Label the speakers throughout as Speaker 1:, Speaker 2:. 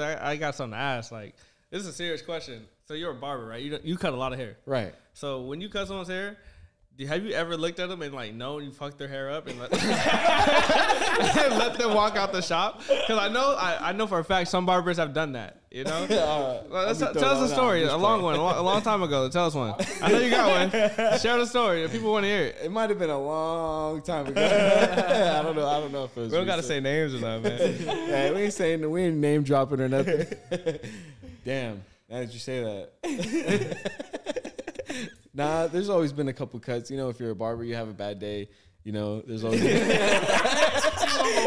Speaker 1: I, I got something to ask. Like, this is a serious question. So you're a barber, right? You don't- you cut a lot of hair.
Speaker 2: Right.
Speaker 1: So when you cut someone's hair, do- have you ever looked at them and like known you fucked their hair up and let, and let them walk out the shop? Because I know I, I know for a fact some barbers have done that. You know, Well, let's-
Speaker 2: I'll be
Speaker 1: tell us a
Speaker 2: throwing
Speaker 1: story,
Speaker 2: out
Speaker 1: a
Speaker 2: this
Speaker 1: long
Speaker 2: part.
Speaker 1: one, a long, a long time ago. Tell us one. I know you got one. Share the story. If people want to hear it.
Speaker 2: It might have been a long time ago. I don't know. I don't know if it was.
Speaker 1: We don't gotta
Speaker 2: recent.
Speaker 1: say names or not, man.
Speaker 2: Hey, we ain't saying we ain't name dropping or nothing. Damn, now that you say that. nah, there's always been a couple cuts. You know, if you're a barber, you have a bad day. You know, there's always. hey,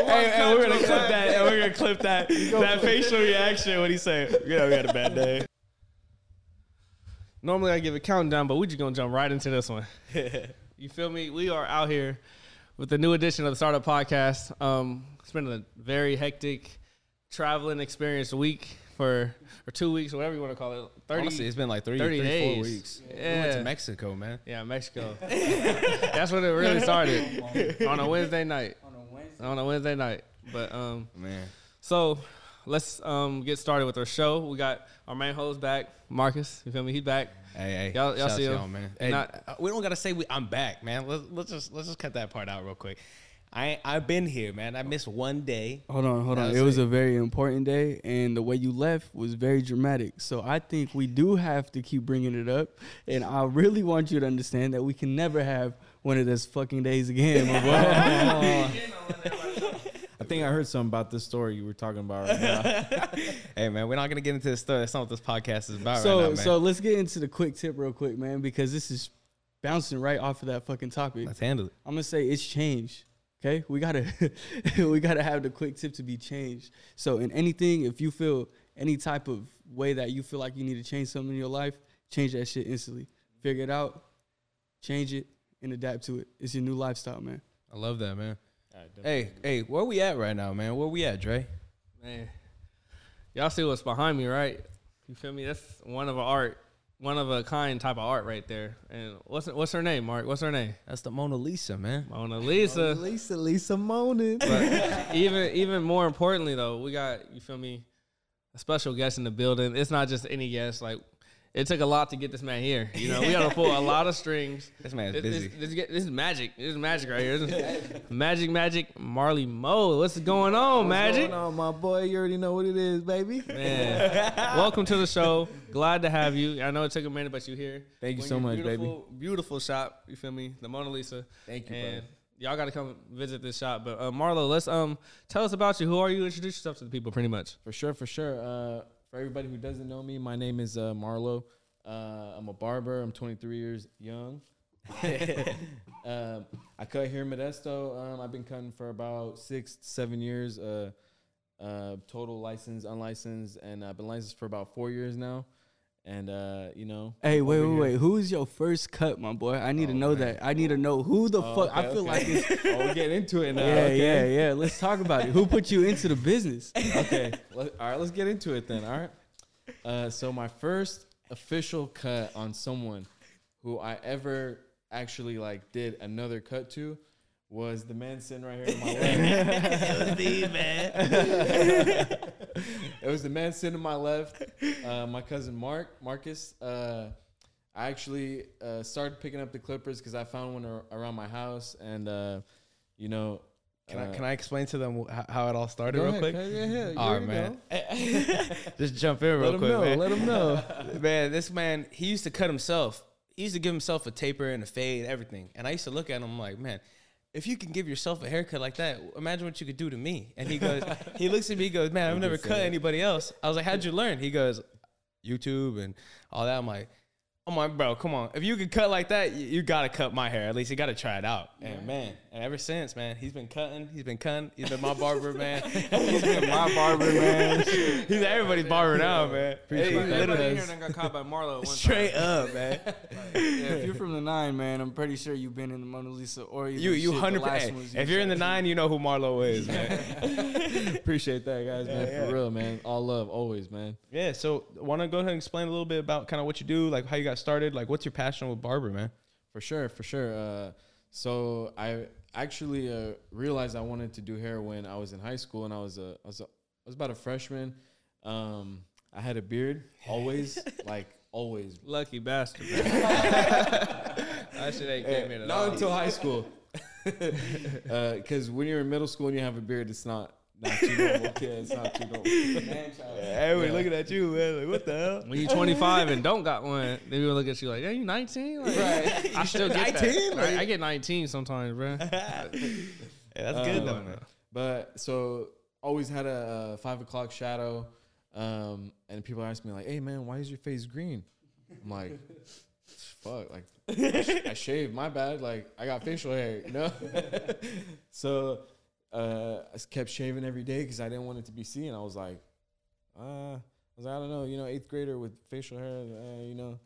Speaker 2: hey, we're gonna clip that.
Speaker 3: and we're gonna clip that that facial reaction when he said, "Yeah, we had a bad day."
Speaker 1: Normally I give a countdown, but we just gonna jump right into this one. you feel me? We are out here with the new edition of the Startup Podcast. Um, it's been a very hectic traveling experience week for or two weeks, whatever you want to call it. Thirty.
Speaker 4: Honestly, it's been like three,
Speaker 1: 30
Speaker 4: three
Speaker 1: days.
Speaker 4: four weeks. We went
Speaker 1: Yeah.
Speaker 4: to Mexico, man.
Speaker 1: yeah, Mexico. That's when it really started on a Wednesday night.
Speaker 5: on a Wednesday.
Speaker 1: On a Wednesday night, but um,
Speaker 4: Man,
Speaker 1: So let's um, get started with our show. We got our main host back, Marcus. You feel me? He's back.
Speaker 4: hey, hey,
Speaker 1: Y'all- y'all
Speaker 4: shout out
Speaker 1: see
Speaker 4: to
Speaker 1: him.
Speaker 4: man.
Speaker 1: He
Speaker 4: Hey,
Speaker 1: not-
Speaker 4: uh, we don't gotta say we, I'm back, man. Let's, let's just let's just cut that part out real quick. I I've been here, man. I missed one day.
Speaker 5: Hold on, hold
Speaker 4: That
Speaker 5: on.
Speaker 4: was
Speaker 5: It was
Speaker 4: it.
Speaker 5: a very important day, and the way you left was very dramatic. So I think we do have to keep bringing it up, and I really want you to understand that we can never have one of those fucking days again, my boy.
Speaker 2: I think I heard something about this story you were talking about right now.
Speaker 4: Hey, man, we're not gonna get into this story. That's not what this podcast is about
Speaker 5: so
Speaker 4: right now, man.
Speaker 5: so let's get into the quick tip real quick, man, because this is bouncing right off of that fucking topic.
Speaker 4: let's handle it.
Speaker 5: I'm gonna say it's changed. Okay, we gotta we gotta have the quick tip to be changed. So in anything, if you feel any type of way that you feel like you need to change something in your life, change that shit instantly. Figure it out, change it, and adapt to it. It's your new lifestyle, man.
Speaker 4: I love that, man. hey, hey, where we at right now, man? Where we at, Dre?
Speaker 1: Man, y'all see what's behind me, right? You feel me? That's one of a art, one of a kind type of art right there. And what's what's her name, Mark? What's her name?
Speaker 4: That's the Mona Lisa, man.
Speaker 1: Mona Lisa.
Speaker 2: Lisa, Lisa Monin.
Speaker 1: even even more importantly though, we got you feel me a special guest in the building. It's not just any guest. Like it took a lot to get this man here. You know, we got to pull a lot of strings.
Speaker 4: This man is
Speaker 1: This, this,
Speaker 4: busy.
Speaker 1: this get- this is magic. This is magic right here. This is magic, magic, Marley Mo. What's going on, Magic?
Speaker 2: my boy, you already know what it is, baby.
Speaker 1: Man, welcome to the show. Glad to have you. I know it took a minute, but you here.
Speaker 2: Thank you
Speaker 1: When
Speaker 2: so
Speaker 1: your
Speaker 2: much, baby.
Speaker 1: beautiful, baby. Beautiful shop. You feel me? The Mona Lisa.
Speaker 2: Thank you,
Speaker 1: And y'all got to come visit this shop. But uh, Marlo, let's um tell us about you. Who are you? Introduce yourself to the people, pretty much.
Speaker 2: For sure, for sure. Uh, for everybody who doesn't know me, my name is uh, Marlo. Uh, I'm a barber. I'm 23 years young. um, I cut here in Modesto. Um, I've been cutting for about six, seven years. Uh, uh, total license, unlicensed, and I've been licensed for about four years now. And uh, you know,
Speaker 5: Hey, wait,
Speaker 2: over
Speaker 5: wait,
Speaker 2: here.
Speaker 5: wait. Who is your first cut, my boy? I need to know that. I need to know who the
Speaker 2: Oh,
Speaker 5: fuck. I
Speaker 2: okay,
Speaker 5: feel like
Speaker 2: okay.
Speaker 5: it's.
Speaker 2: oh, we're getting into it now.
Speaker 5: Yeah, yeah, yeah. Let's talk about it. Who put you into the business?
Speaker 2: okay. Let, all right, let's get into it then. All right. Uh, so my first official cut on someone who I ever actually like did another cut to was the man sitting right here to my left. it was the man sitting to my left. Uh, my cousin Mark Marcus. Uh, I actually uh, started picking up the clippers because I found one ar- around my house, and uh, you know.
Speaker 4: Can
Speaker 2: uh,
Speaker 4: I can I explain to them wh- how- how it all started
Speaker 2: go
Speaker 4: real
Speaker 2: ahead,
Speaker 4: quick?
Speaker 2: Cuz. Yeah, yeah, you
Speaker 4: All right,
Speaker 2: already
Speaker 4: man.
Speaker 2: know.
Speaker 4: Just jump in real
Speaker 2: Let him
Speaker 4: quick,
Speaker 2: know.
Speaker 4: man.
Speaker 2: Let him know.
Speaker 4: man, this man, he used to cut himself. He used to give himself a taper and a fade, everything. And I used to look at him like, man, if you can give yourself a haircut like that, imagine what you could do to me. And he goes, he looks at me, he goes, man, I've never cut anybody else. I was like, how'd you learn? He goes, YouTube and all that. I'm like, I'm like, bro, come on. If you could cut like that, you, you gotta cut my hair. At least you gotta try it out. And man, and ever since, man, he's been cutting, he's been cutting, he's been my barber, man. he's been my barber, man. he's everybody's barber now, man. Hey,
Speaker 2: that,
Speaker 4: literally.
Speaker 2: literally.
Speaker 1: got caught by Marlo
Speaker 4: Straight up, man.
Speaker 5: Yeah, if you're from the nine, man, I'm pretty sure you've been in the Mona Lisa or even
Speaker 4: You you
Speaker 5: shit, the
Speaker 4: hundred
Speaker 5: last
Speaker 4: percent.
Speaker 5: ones you
Speaker 4: If you're in the
Speaker 5: said.
Speaker 4: nine, you know who Marlo is, man.
Speaker 2: Appreciate that, guys, man. For real, man. All love, always, man.
Speaker 4: yeah. So, want to go ahead and explain a little bit about kind of what you do, like how you got started, like what's your passion with barber, man?
Speaker 2: For sure, for sure. Uh, so I actually uh, realized I wanted to do hair when I was in high school, and I was a, I was, a, I was about a freshman. Um, I had a beard always, like always.
Speaker 1: Lucky bastard. bro. that shit ain't came in at all.
Speaker 2: Not until high school, because when you're in middle school and you have a beard, it's not not too normal. Yeah, it's not too normal.
Speaker 4: Everybody looking at you, man. Like, what the hell?
Speaker 1: When you 25 and don't got one, they will look at you like, "Yeah, you 19." Like, I still get 19.
Speaker 4: 19?
Speaker 1: That. I- I get 19 sometimes, bro.
Speaker 4: Yeah, that's
Speaker 2: Um,
Speaker 4: good though, man.
Speaker 2: But so always had a, uh five o'clock shadow, um, and people ask me like, "Hey man, why is your face green?" I'm like, "Fuck!" Like I, sh- I shaved. My bad. Like I got facial hair. You know. so uh, I s- kept shaving every day because I didn't want it to be seen. I was like, uh, I was like, I don't know. You know, eighth grader with facial hair. Uh, you know.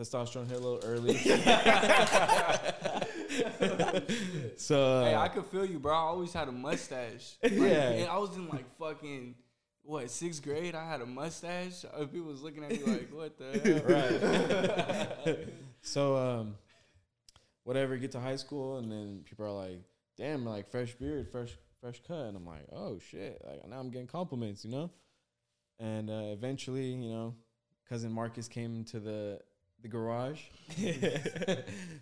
Speaker 2: Testosterone hit a little early. so
Speaker 5: Hey, I could feel you, bro. I always had a mustache. Like, And I was in like fucking what sixth grade. I had a mustache. Other people was looking at me like, "What the hell?"
Speaker 2: right. so, um, whatever, get to high school, and then people are like, "Damn, like fresh beard, fresh fresh cut," and I'm like, "Oh shit!" Like now I'm getting compliments, you know. And uh, eventually, you know, cousin Marcus came to the the garage,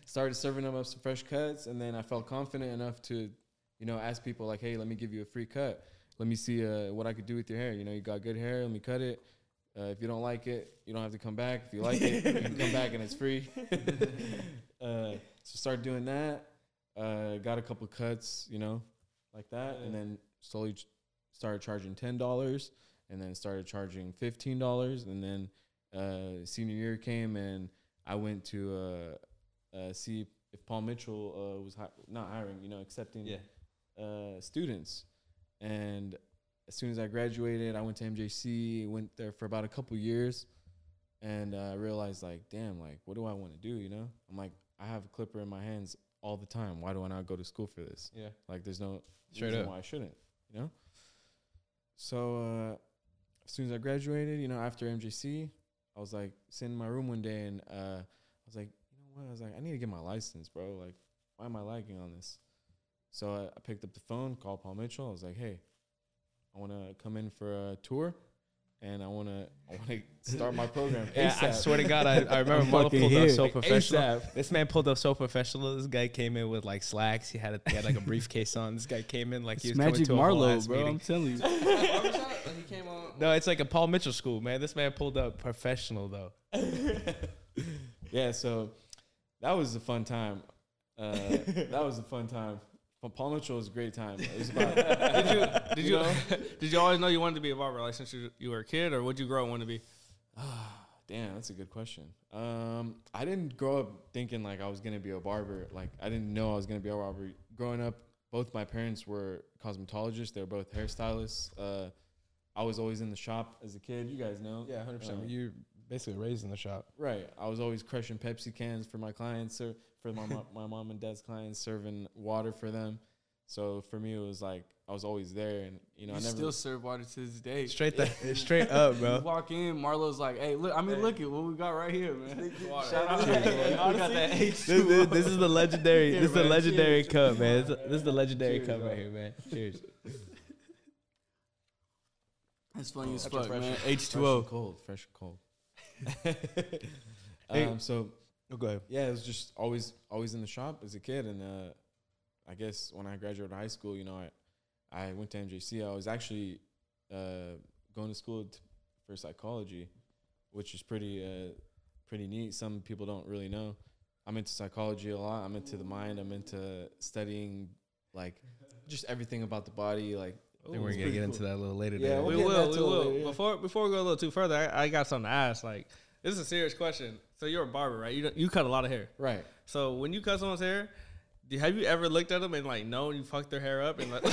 Speaker 2: started serving them up some fresh cuts, and then I felt confident enough to, you know, ask people like, "Hey, let me give you a free cut. Let me see uh, what I could do with your hair. You know, you got good hair. Let me cut it. Uh, if you don't like it, you don't have to come back. If you like it, you can come back and it's free. uh, so start doing that. Uh, got a couple cuts, you know, like that, and then slowly ch- started charging ten dollars, and then started charging fifteen dollars, and then uh, senior year came, and I went to uh, uh, see if Paul Mitchell uh, was hi- not hiring, you know, accepting
Speaker 4: Yeah.
Speaker 2: uh, students, and as soon as I graduated, I went to MJC, went there for about a couple years, and uh, I realized like, damn, like, what do I want to do? You know, I'm like, I have a clipper in my hands all the time. Why do I not go to school for this?
Speaker 4: Yeah.
Speaker 2: like, there's no
Speaker 4: Straight
Speaker 2: reason
Speaker 4: up.
Speaker 2: why I shouldn't. You know. So uh, as soon as I graduated, you know, after MJC, I was like sitting in my room one day, and uh, I was like, you know what? I was like, I need to get my license, bro. Like, why am I lagging on this? So I, I picked up the phone, called Paul Mitchell. I was like, hey, I want to come in for a tour, and I want to I want to start my program.
Speaker 4: Yeah, I
Speaker 2: ASAP.
Speaker 4: swear to God, I, I remember
Speaker 2: I'm
Speaker 4: Mo
Speaker 2: fucking
Speaker 4: pulled
Speaker 2: here.
Speaker 4: up so
Speaker 2: Like,
Speaker 4: professional.
Speaker 2: ASAP.
Speaker 4: This man pulled up so professional. This guy came in with like slacks. He had a, he had like a briefcase on. This guy came in like he
Speaker 5: It's
Speaker 4: was coming
Speaker 5: Magic
Speaker 4: to a whole
Speaker 5: Marlowe,
Speaker 4: ass
Speaker 5: bro. I'm
Speaker 4: meeting.
Speaker 5: telling you.
Speaker 1: Barbershop? Like, he came on-
Speaker 4: No, it's like a Paul Mitchell school, man. This man pulled up professional though.
Speaker 2: yeah, so that was a fun time. Uh, that was a fun time. But Paul Mitchell was a great time. It was about
Speaker 1: Did you did you,
Speaker 2: You know?
Speaker 1: did you always know you wanted to be a barber like since you, you were a kid or would you grow up wanting to be?
Speaker 2: Damn, that's a good question. Um, I didn't grow up thinking like I was gonna be a barber. Like I didn't know I was gonna be a barber. Growing up, both my parents were cosmetologists. They were both hairstylists. Uh, I was always in the shop as a kid. You guys know. Uh,
Speaker 4: You basically raised in the shop.
Speaker 2: Right. I was always crushing Pepsi cans for my clients, or for my mo- my mom and dad's clients, serving water for them. So for me, it was like I was always there, and you know,
Speaker 5: You
Speaker 2: I never.
Speaker 5: still serve water to this day.
Speaker 4: Straight the, straight up,
Speaker 5: You
Speaker 4: bro.
Speaker 5: walk in, Marlo's like, "Hey, look! I mean, look at what we got right here, man. Shout out,
Speaker 2: Cheers,
Speaker 5: Hey,
Speaker 2: bro.
Speaker 5: we got that H
Speaker 4: This,
Speaker 5: two.
Speaker 4: this, this is the legendary. This is the
Speaker 5: bro.
Speaker 4: legendary cup, man. This, this is the legendary
Speaker 2: Cheers,
Speaker 4: cup
Speaker 2: bro.
Speaker 4: right here, man. Cheers.
Speaker 5: That's funny as
Speaker 2: That's your
Speaker 5: fuck,
Speaker 2: fresh
Speaker 5: man.
Speaker 2: one.
Speaker 5: H
Speaker 2: Fresh
Speaker 5: two O.
Speaker 2: and cold, fresh and cold.
Speaker 4: Hey.
Speaker 2: um, so
Speaker 3: Oh,
Speaker 4: Okay.
Speaker 2: yeah, it was just always always in the shop as a kid, and uh, I guess when I graduated high school, you know, I I went to MJC. I was actually uh, going to school t- for psychology, which is pretty uh, pretty neat. Some people don't really know. I'm into psychology a lot. I'm into the mind. I'm into studying like just everything about the body. Like
Speaker 4: I think we're gonna get into that a little later.
Speaker 2: Yeah,
Speaker 4: today.
Speaker 2: we'll
Speaker 1: We
Speaker 2: get
Speaker 1: will,
Speaker 2: back
Speaker 1: we
Speaker 2: to it
Speaker 1: will.
Speaker 2: later, yeah.
Speaker 1: Before before we go a little too further, I, I got something to ask. Like this is a serious question. So you're a barber, right? You don't- you cut a lot of hair.
Speaker 2: right.
Speaker 1: So when you cut someone's hair, do, have you ever looked at them and like known you fucked their hair up and let,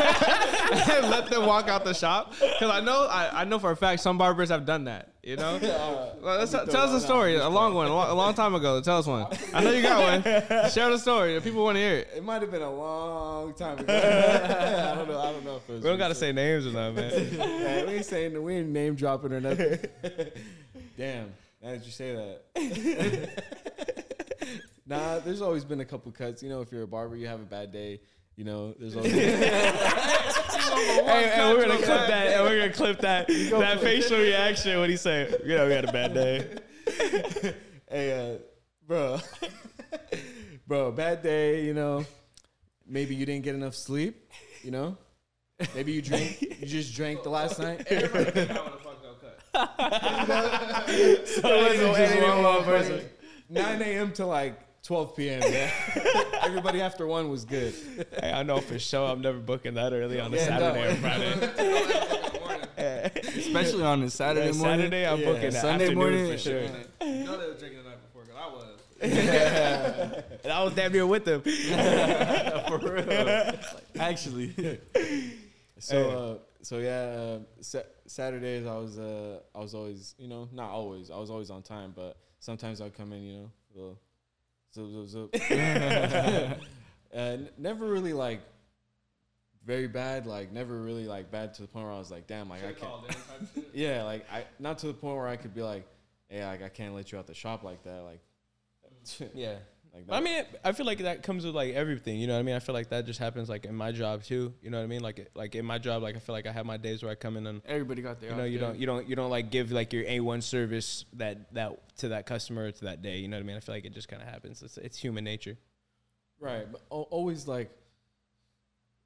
Speaker 1: and let them walk out the shop? Because I know I, I know for a fact some barbers have done that. You know,
Speaker 4: Uh,
Speaker 1: Well, let's- tell us a story, a long one, a long, a long time ago. Tell us one. I know you got one. Share the story. If people want to hear it.
Speaker 2: It might have been a long time ago. I don't know. I don't know if it was
Speaker 4: We don't gotta say names or not, man.
Speaker 2: Yeah, we ain't saying we ain't name dropping or nothing. Damn, now that you say that. nah, there's always been a couple cuts. You know, if you're a barber, you have a bad day. You know, there's always.
Speaker 3: Hey, and we're gonna clip that. And we're gonna clip that. that facial reaction when he say, "You know, we had a bad day."
Speaker 2: hey, uh, bro, bro, bad day. You know, maybe you didn't get enough sleep. You know, maybe you drank. You just drank the last night.
Speaker 3: Wasn't just one more person.
Speaker 2: 9 a.m. to like 12 p.m. man. Everybody after one was good.
Speaker 3: Hey, I know for sure I'm never booking that early on a
Speaker 2: Yeah, no.
Speaker 3: Saturday or Friday.
Speaker 5: especially on a Saturday
Speaker 3: Yeah,
Speaker 5: morning.
Speaker 3: Saturday I'm
Speaker 2: Yeah,
Speaker 3: booking
Speaker 5: Sunday
Speaker 3: Sunday
Speaker 5: morning.
Speaker 3: morning for sure.
Speaker 1: You know they were drinking the night before, 'cause I was.
Speaker 3: And I was damn near with them.
Speaker 5: Actually,
Speaker 2: So, uh, so yeah, uh, sa- Saturdays I was, uh, I was always, you know, not always. I was always on time, but sometimes I'd come in, you know, little zoop, zoop, zoop. uh, n- never really like very bad, like never really like bad to the point where I was like, damn, like I can't.
Speaker 1: All day type shit.
Speaker 2: Yeah, like I not to the point where I could be like, hey, like I can't let you out the shop like that, like.
Speaker 4: Yeah.
Speaker 2: Like
Speaker 4: But I mean, I feel like that comes with like everything. You know what I mean? I feel like that just happens like in my job too. You know what I mean? Like like in my job, like I feel like I have my days where I come in and
Speaker 5: everybody got their.
Speaker 4: you know you don't you don't you don't like give like your A one service that that to that customer to that day. You know what I mean? I feel like it just kind of happens. It's it's human nature.
Speaker 2: Right, but al- always like,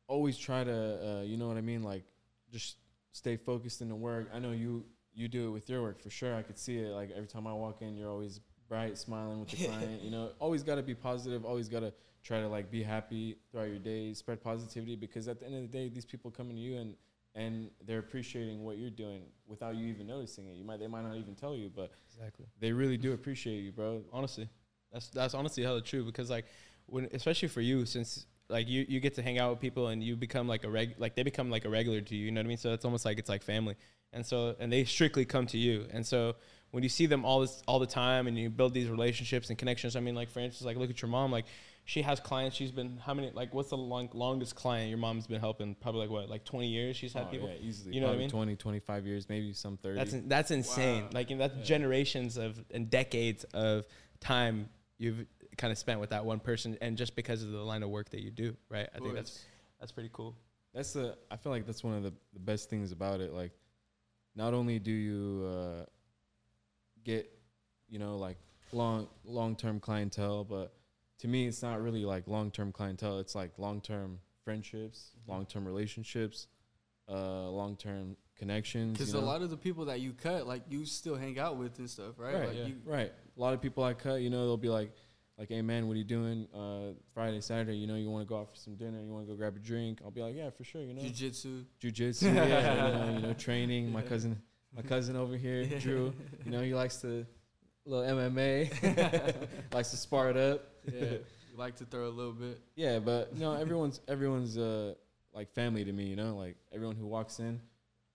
Speaker 2: always try to, uh, you know what I mean? Like, just stay focused in the work. I know you you do it with your work for sure. I could see it. Like every time I walk in, you're always bright, smiling with the client. You know, always got to be positive. Always got to try to like be happy throughout your day. Spread positivity because at the end of the day, these people coming to you and and they're appreciating what you're doing without you even noticing it. You might they might not even tell you, but
Speaker 4: Exactly.
Speaker 2: they really do appreciate you, bro.
Speaker 4: Honestly, that's that's honestly hella true because like when especially for you since like you you get to hang out with people and you become like a reg like they become like a regular to you. You know what I mean? So it's almost like it's like family. And so and they strictly come to you. And so when you see them all this all the time and you build these relationships and connections. I mean, like for instance, like look at your mom. Like she has clients. She's been how many? Like what's the long, longest client your mom's been helping? Probably like what like twenty years. She's
Speaker 2: Oh,
Speaker 4: had people.
Speaker 2: yeah, easily.
Speaker 4: You know what I
Speaker 2: Probably 20,
Speaker 4: mean?
Speaker 2: 25 years, maybe some 30.
Speaker 4: That's in, that's insane.
Speaker 1: Wow.
Speaker 4: Like you know, that's generations of and decades of time you've kind of spent with that one person, and just because of the line of work that you do, right? I think that's that's pretty cool.
Speaker 2: that's the i feel like that's one of the, the best things about it like not only do you uh, get you know like long long term clientele but to me it's not really like long term clientele it's like long term friendships
Speaker 5: Mm-hmm.
Speaker 2: long term relationships uh, long term connections
Speaker 5: Because
Speaker 2: you
Speaker 5: a
Speaker 2: know?
Speaker 5: lot of the people that you cut, like you still hang out with and stuff, right?
Speaker 2: Right,
Speaker 5: like
Speaker 2: yeah.
Speaker 5: you,
Speaker 2: right. A lot of people I cut, you know, they'll be like, like, hey man, what are you doing? Uh, Friday, Saturday, you know, you want to go out for some dinner, you want to go grab a drink. I'll be like, yeah, for sure, you know,
Speaker 5: jujitsu.
Speaker 2: jujitsu, yeah, you, know, you know, training. My cousin, my cousin over here, Drew, you know, he likes to little MMA, likes to spar it up.
Speaker 5: Yeah, you like to throw a little bit.
Speaker 2: Yeah, but no, everyone's everyone's uh like family to me, you know, like everyone who walks in,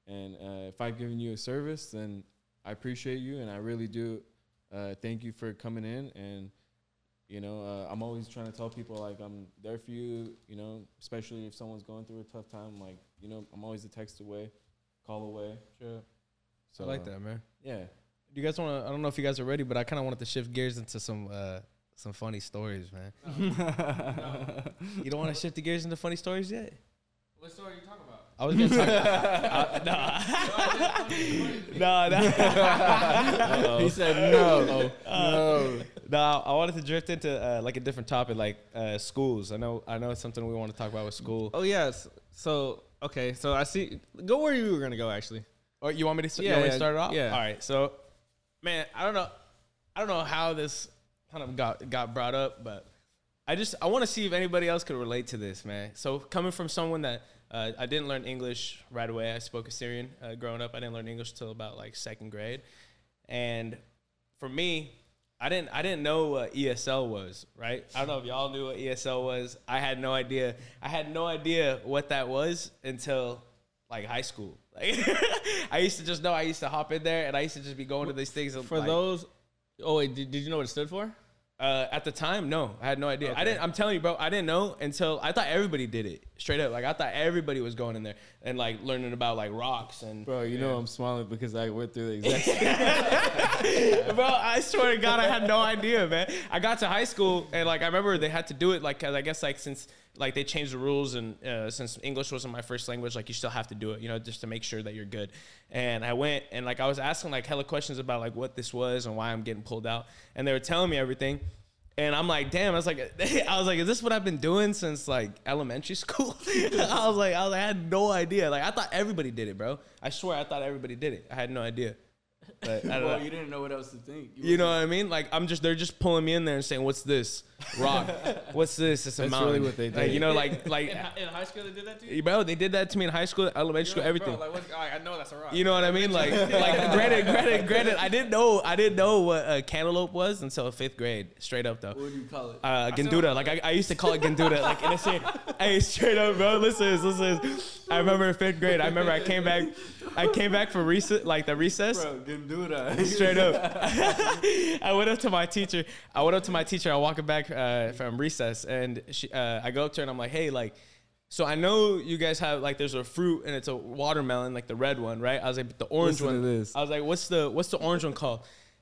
Speaker 2: and uh, if I've given you a service, then I appreciate you, and I really do uh, thank you for coming in, and you know, uh, I'm always trying to tell people like I'm there for you, you know, especially if someone's going through a tough time, like you know, I'm always a text away, call away. Sure. So uh,
Speaker 4: man.
Speaker 2: Yeah.
Speaker 4: Do you guys want to? I don't know if you guys are ready, but I kind of wanted to shift gears into some uh some funny stories, man. you don't want to shift the gears into funny stories yet?
Speaker 1: What story are you talking about?
Speaker 4: I was gonna talk. I- nah. nah, nah.
Speaker 2: He said no. no.
Speaker 4: No, I wanted to drift into uh, like a different topic, like uh, schools. I know, I know, it's something we want to talk about with school.
Speaker 1: Oh yes. So okay. So I see. Go where you were gonna go. Actually,
Speaker 4: Or Oh, you want me to, st-
Speaker 1: Yeah,
Speaker 4: you want me to
Speaker 1: yeah,
Speaker 4: start it off?
Speaker 1: yeah.
Speaker 4: All right. So, man, I don't know, I don't know how this kind of got got brought up, but I just I want to see if anybody else could relate to this, man. So coming from someone that uh, I didn't learn English right away, I spoke Assyrian uh, growing up. I didn't learn English till about like second grade, and for me, I didn't I didn't know what ESL was, right? I don't know if y'all knew what ESL was. I had no idea. I had no idea what that was until like high school. Like I used to just know I used to hop in there and I used to just be going to these things and,
Speaker 1: for
Speaker 4: like,
Speaker 1: those. Oh wait, did, did you know what it stood for?
Speaker 4: uh, at the time, no, I had no idea. I didn't. I'm telling you, bro, I didn't know until I thought everybody did it straight up. Like I thought everybody was going in there and like learning about like rocks and
Speaker 2: Bro, you know I'm smiling because I went through the exact same
Speaker 4: bro. I swear to God, I had no idea, man. I got to high school and like I remember they had to do it like 'cause I guess like since like they changed the rules and uh, since English wasn't my first language, like you still have to do it, you know, just to make sure that you're good. And I went and like I was asking like hella questions about like what this was and why I'm getting pulled out, and they were telling me everything. And I'm like, damn. I was like, I was like, is this what I've been doing since like elementary school? I was like, I, was like, I had no idea. Like, I thought everybody did it, bro. I swear, I thought everybody did it. I had no idea. But I don't know.
Speaker 5: Well, you didn't know what else to think.
Speaker 4: You know what I mean? Like I'm just they're just pulling me in there and saying, "What's this rock? What's this? It's a
Speaker 2: That's
Speaker 4: mountain."
Speaker 2: really what they
Speaker 4: Like,
Speaker 2: did.
Speaker 4: you know, like like
Speaker 1: In, hi- in high school, they did that to you.
Speaker 4: bro, they did that to me in high school, elementary school,
Speaker 1: You're like, bro,
Speaker 4: everything.
Speaker 1: like, what's- all right, I know that's a rock.
Speaker 4: you know what I mean? Like like granted, granted, granted, I didn't know I didn't know what a cantaloupe was until fifth grade. Straight up though.
Speaker 5: What do you call it?
Speaker 4: Uh, Ganduda, like I, I used to call it Ganduda, like in a shit. Hey, straight up, bro. Listen, listen. I remember in fifth grade. I remember I came back, I came back from recess, like the recess,
Speaker 5: Bro, didn't do uh, that.
Speaker 4: straight up. I went up to my teacher. I went up to my teacher. I walking back uh, from recess, and she, uh, I go up to her and I'm like, "Hey, like, so I know you guys have like there's a fruit and it's a watermelon, like the red one, right?" I was like, "But the orange
Speaker 2: Listen to
Speaker 4: one."
Speaker 2: this.
Speaker 4: I was like, "What's the what's the orange one called?"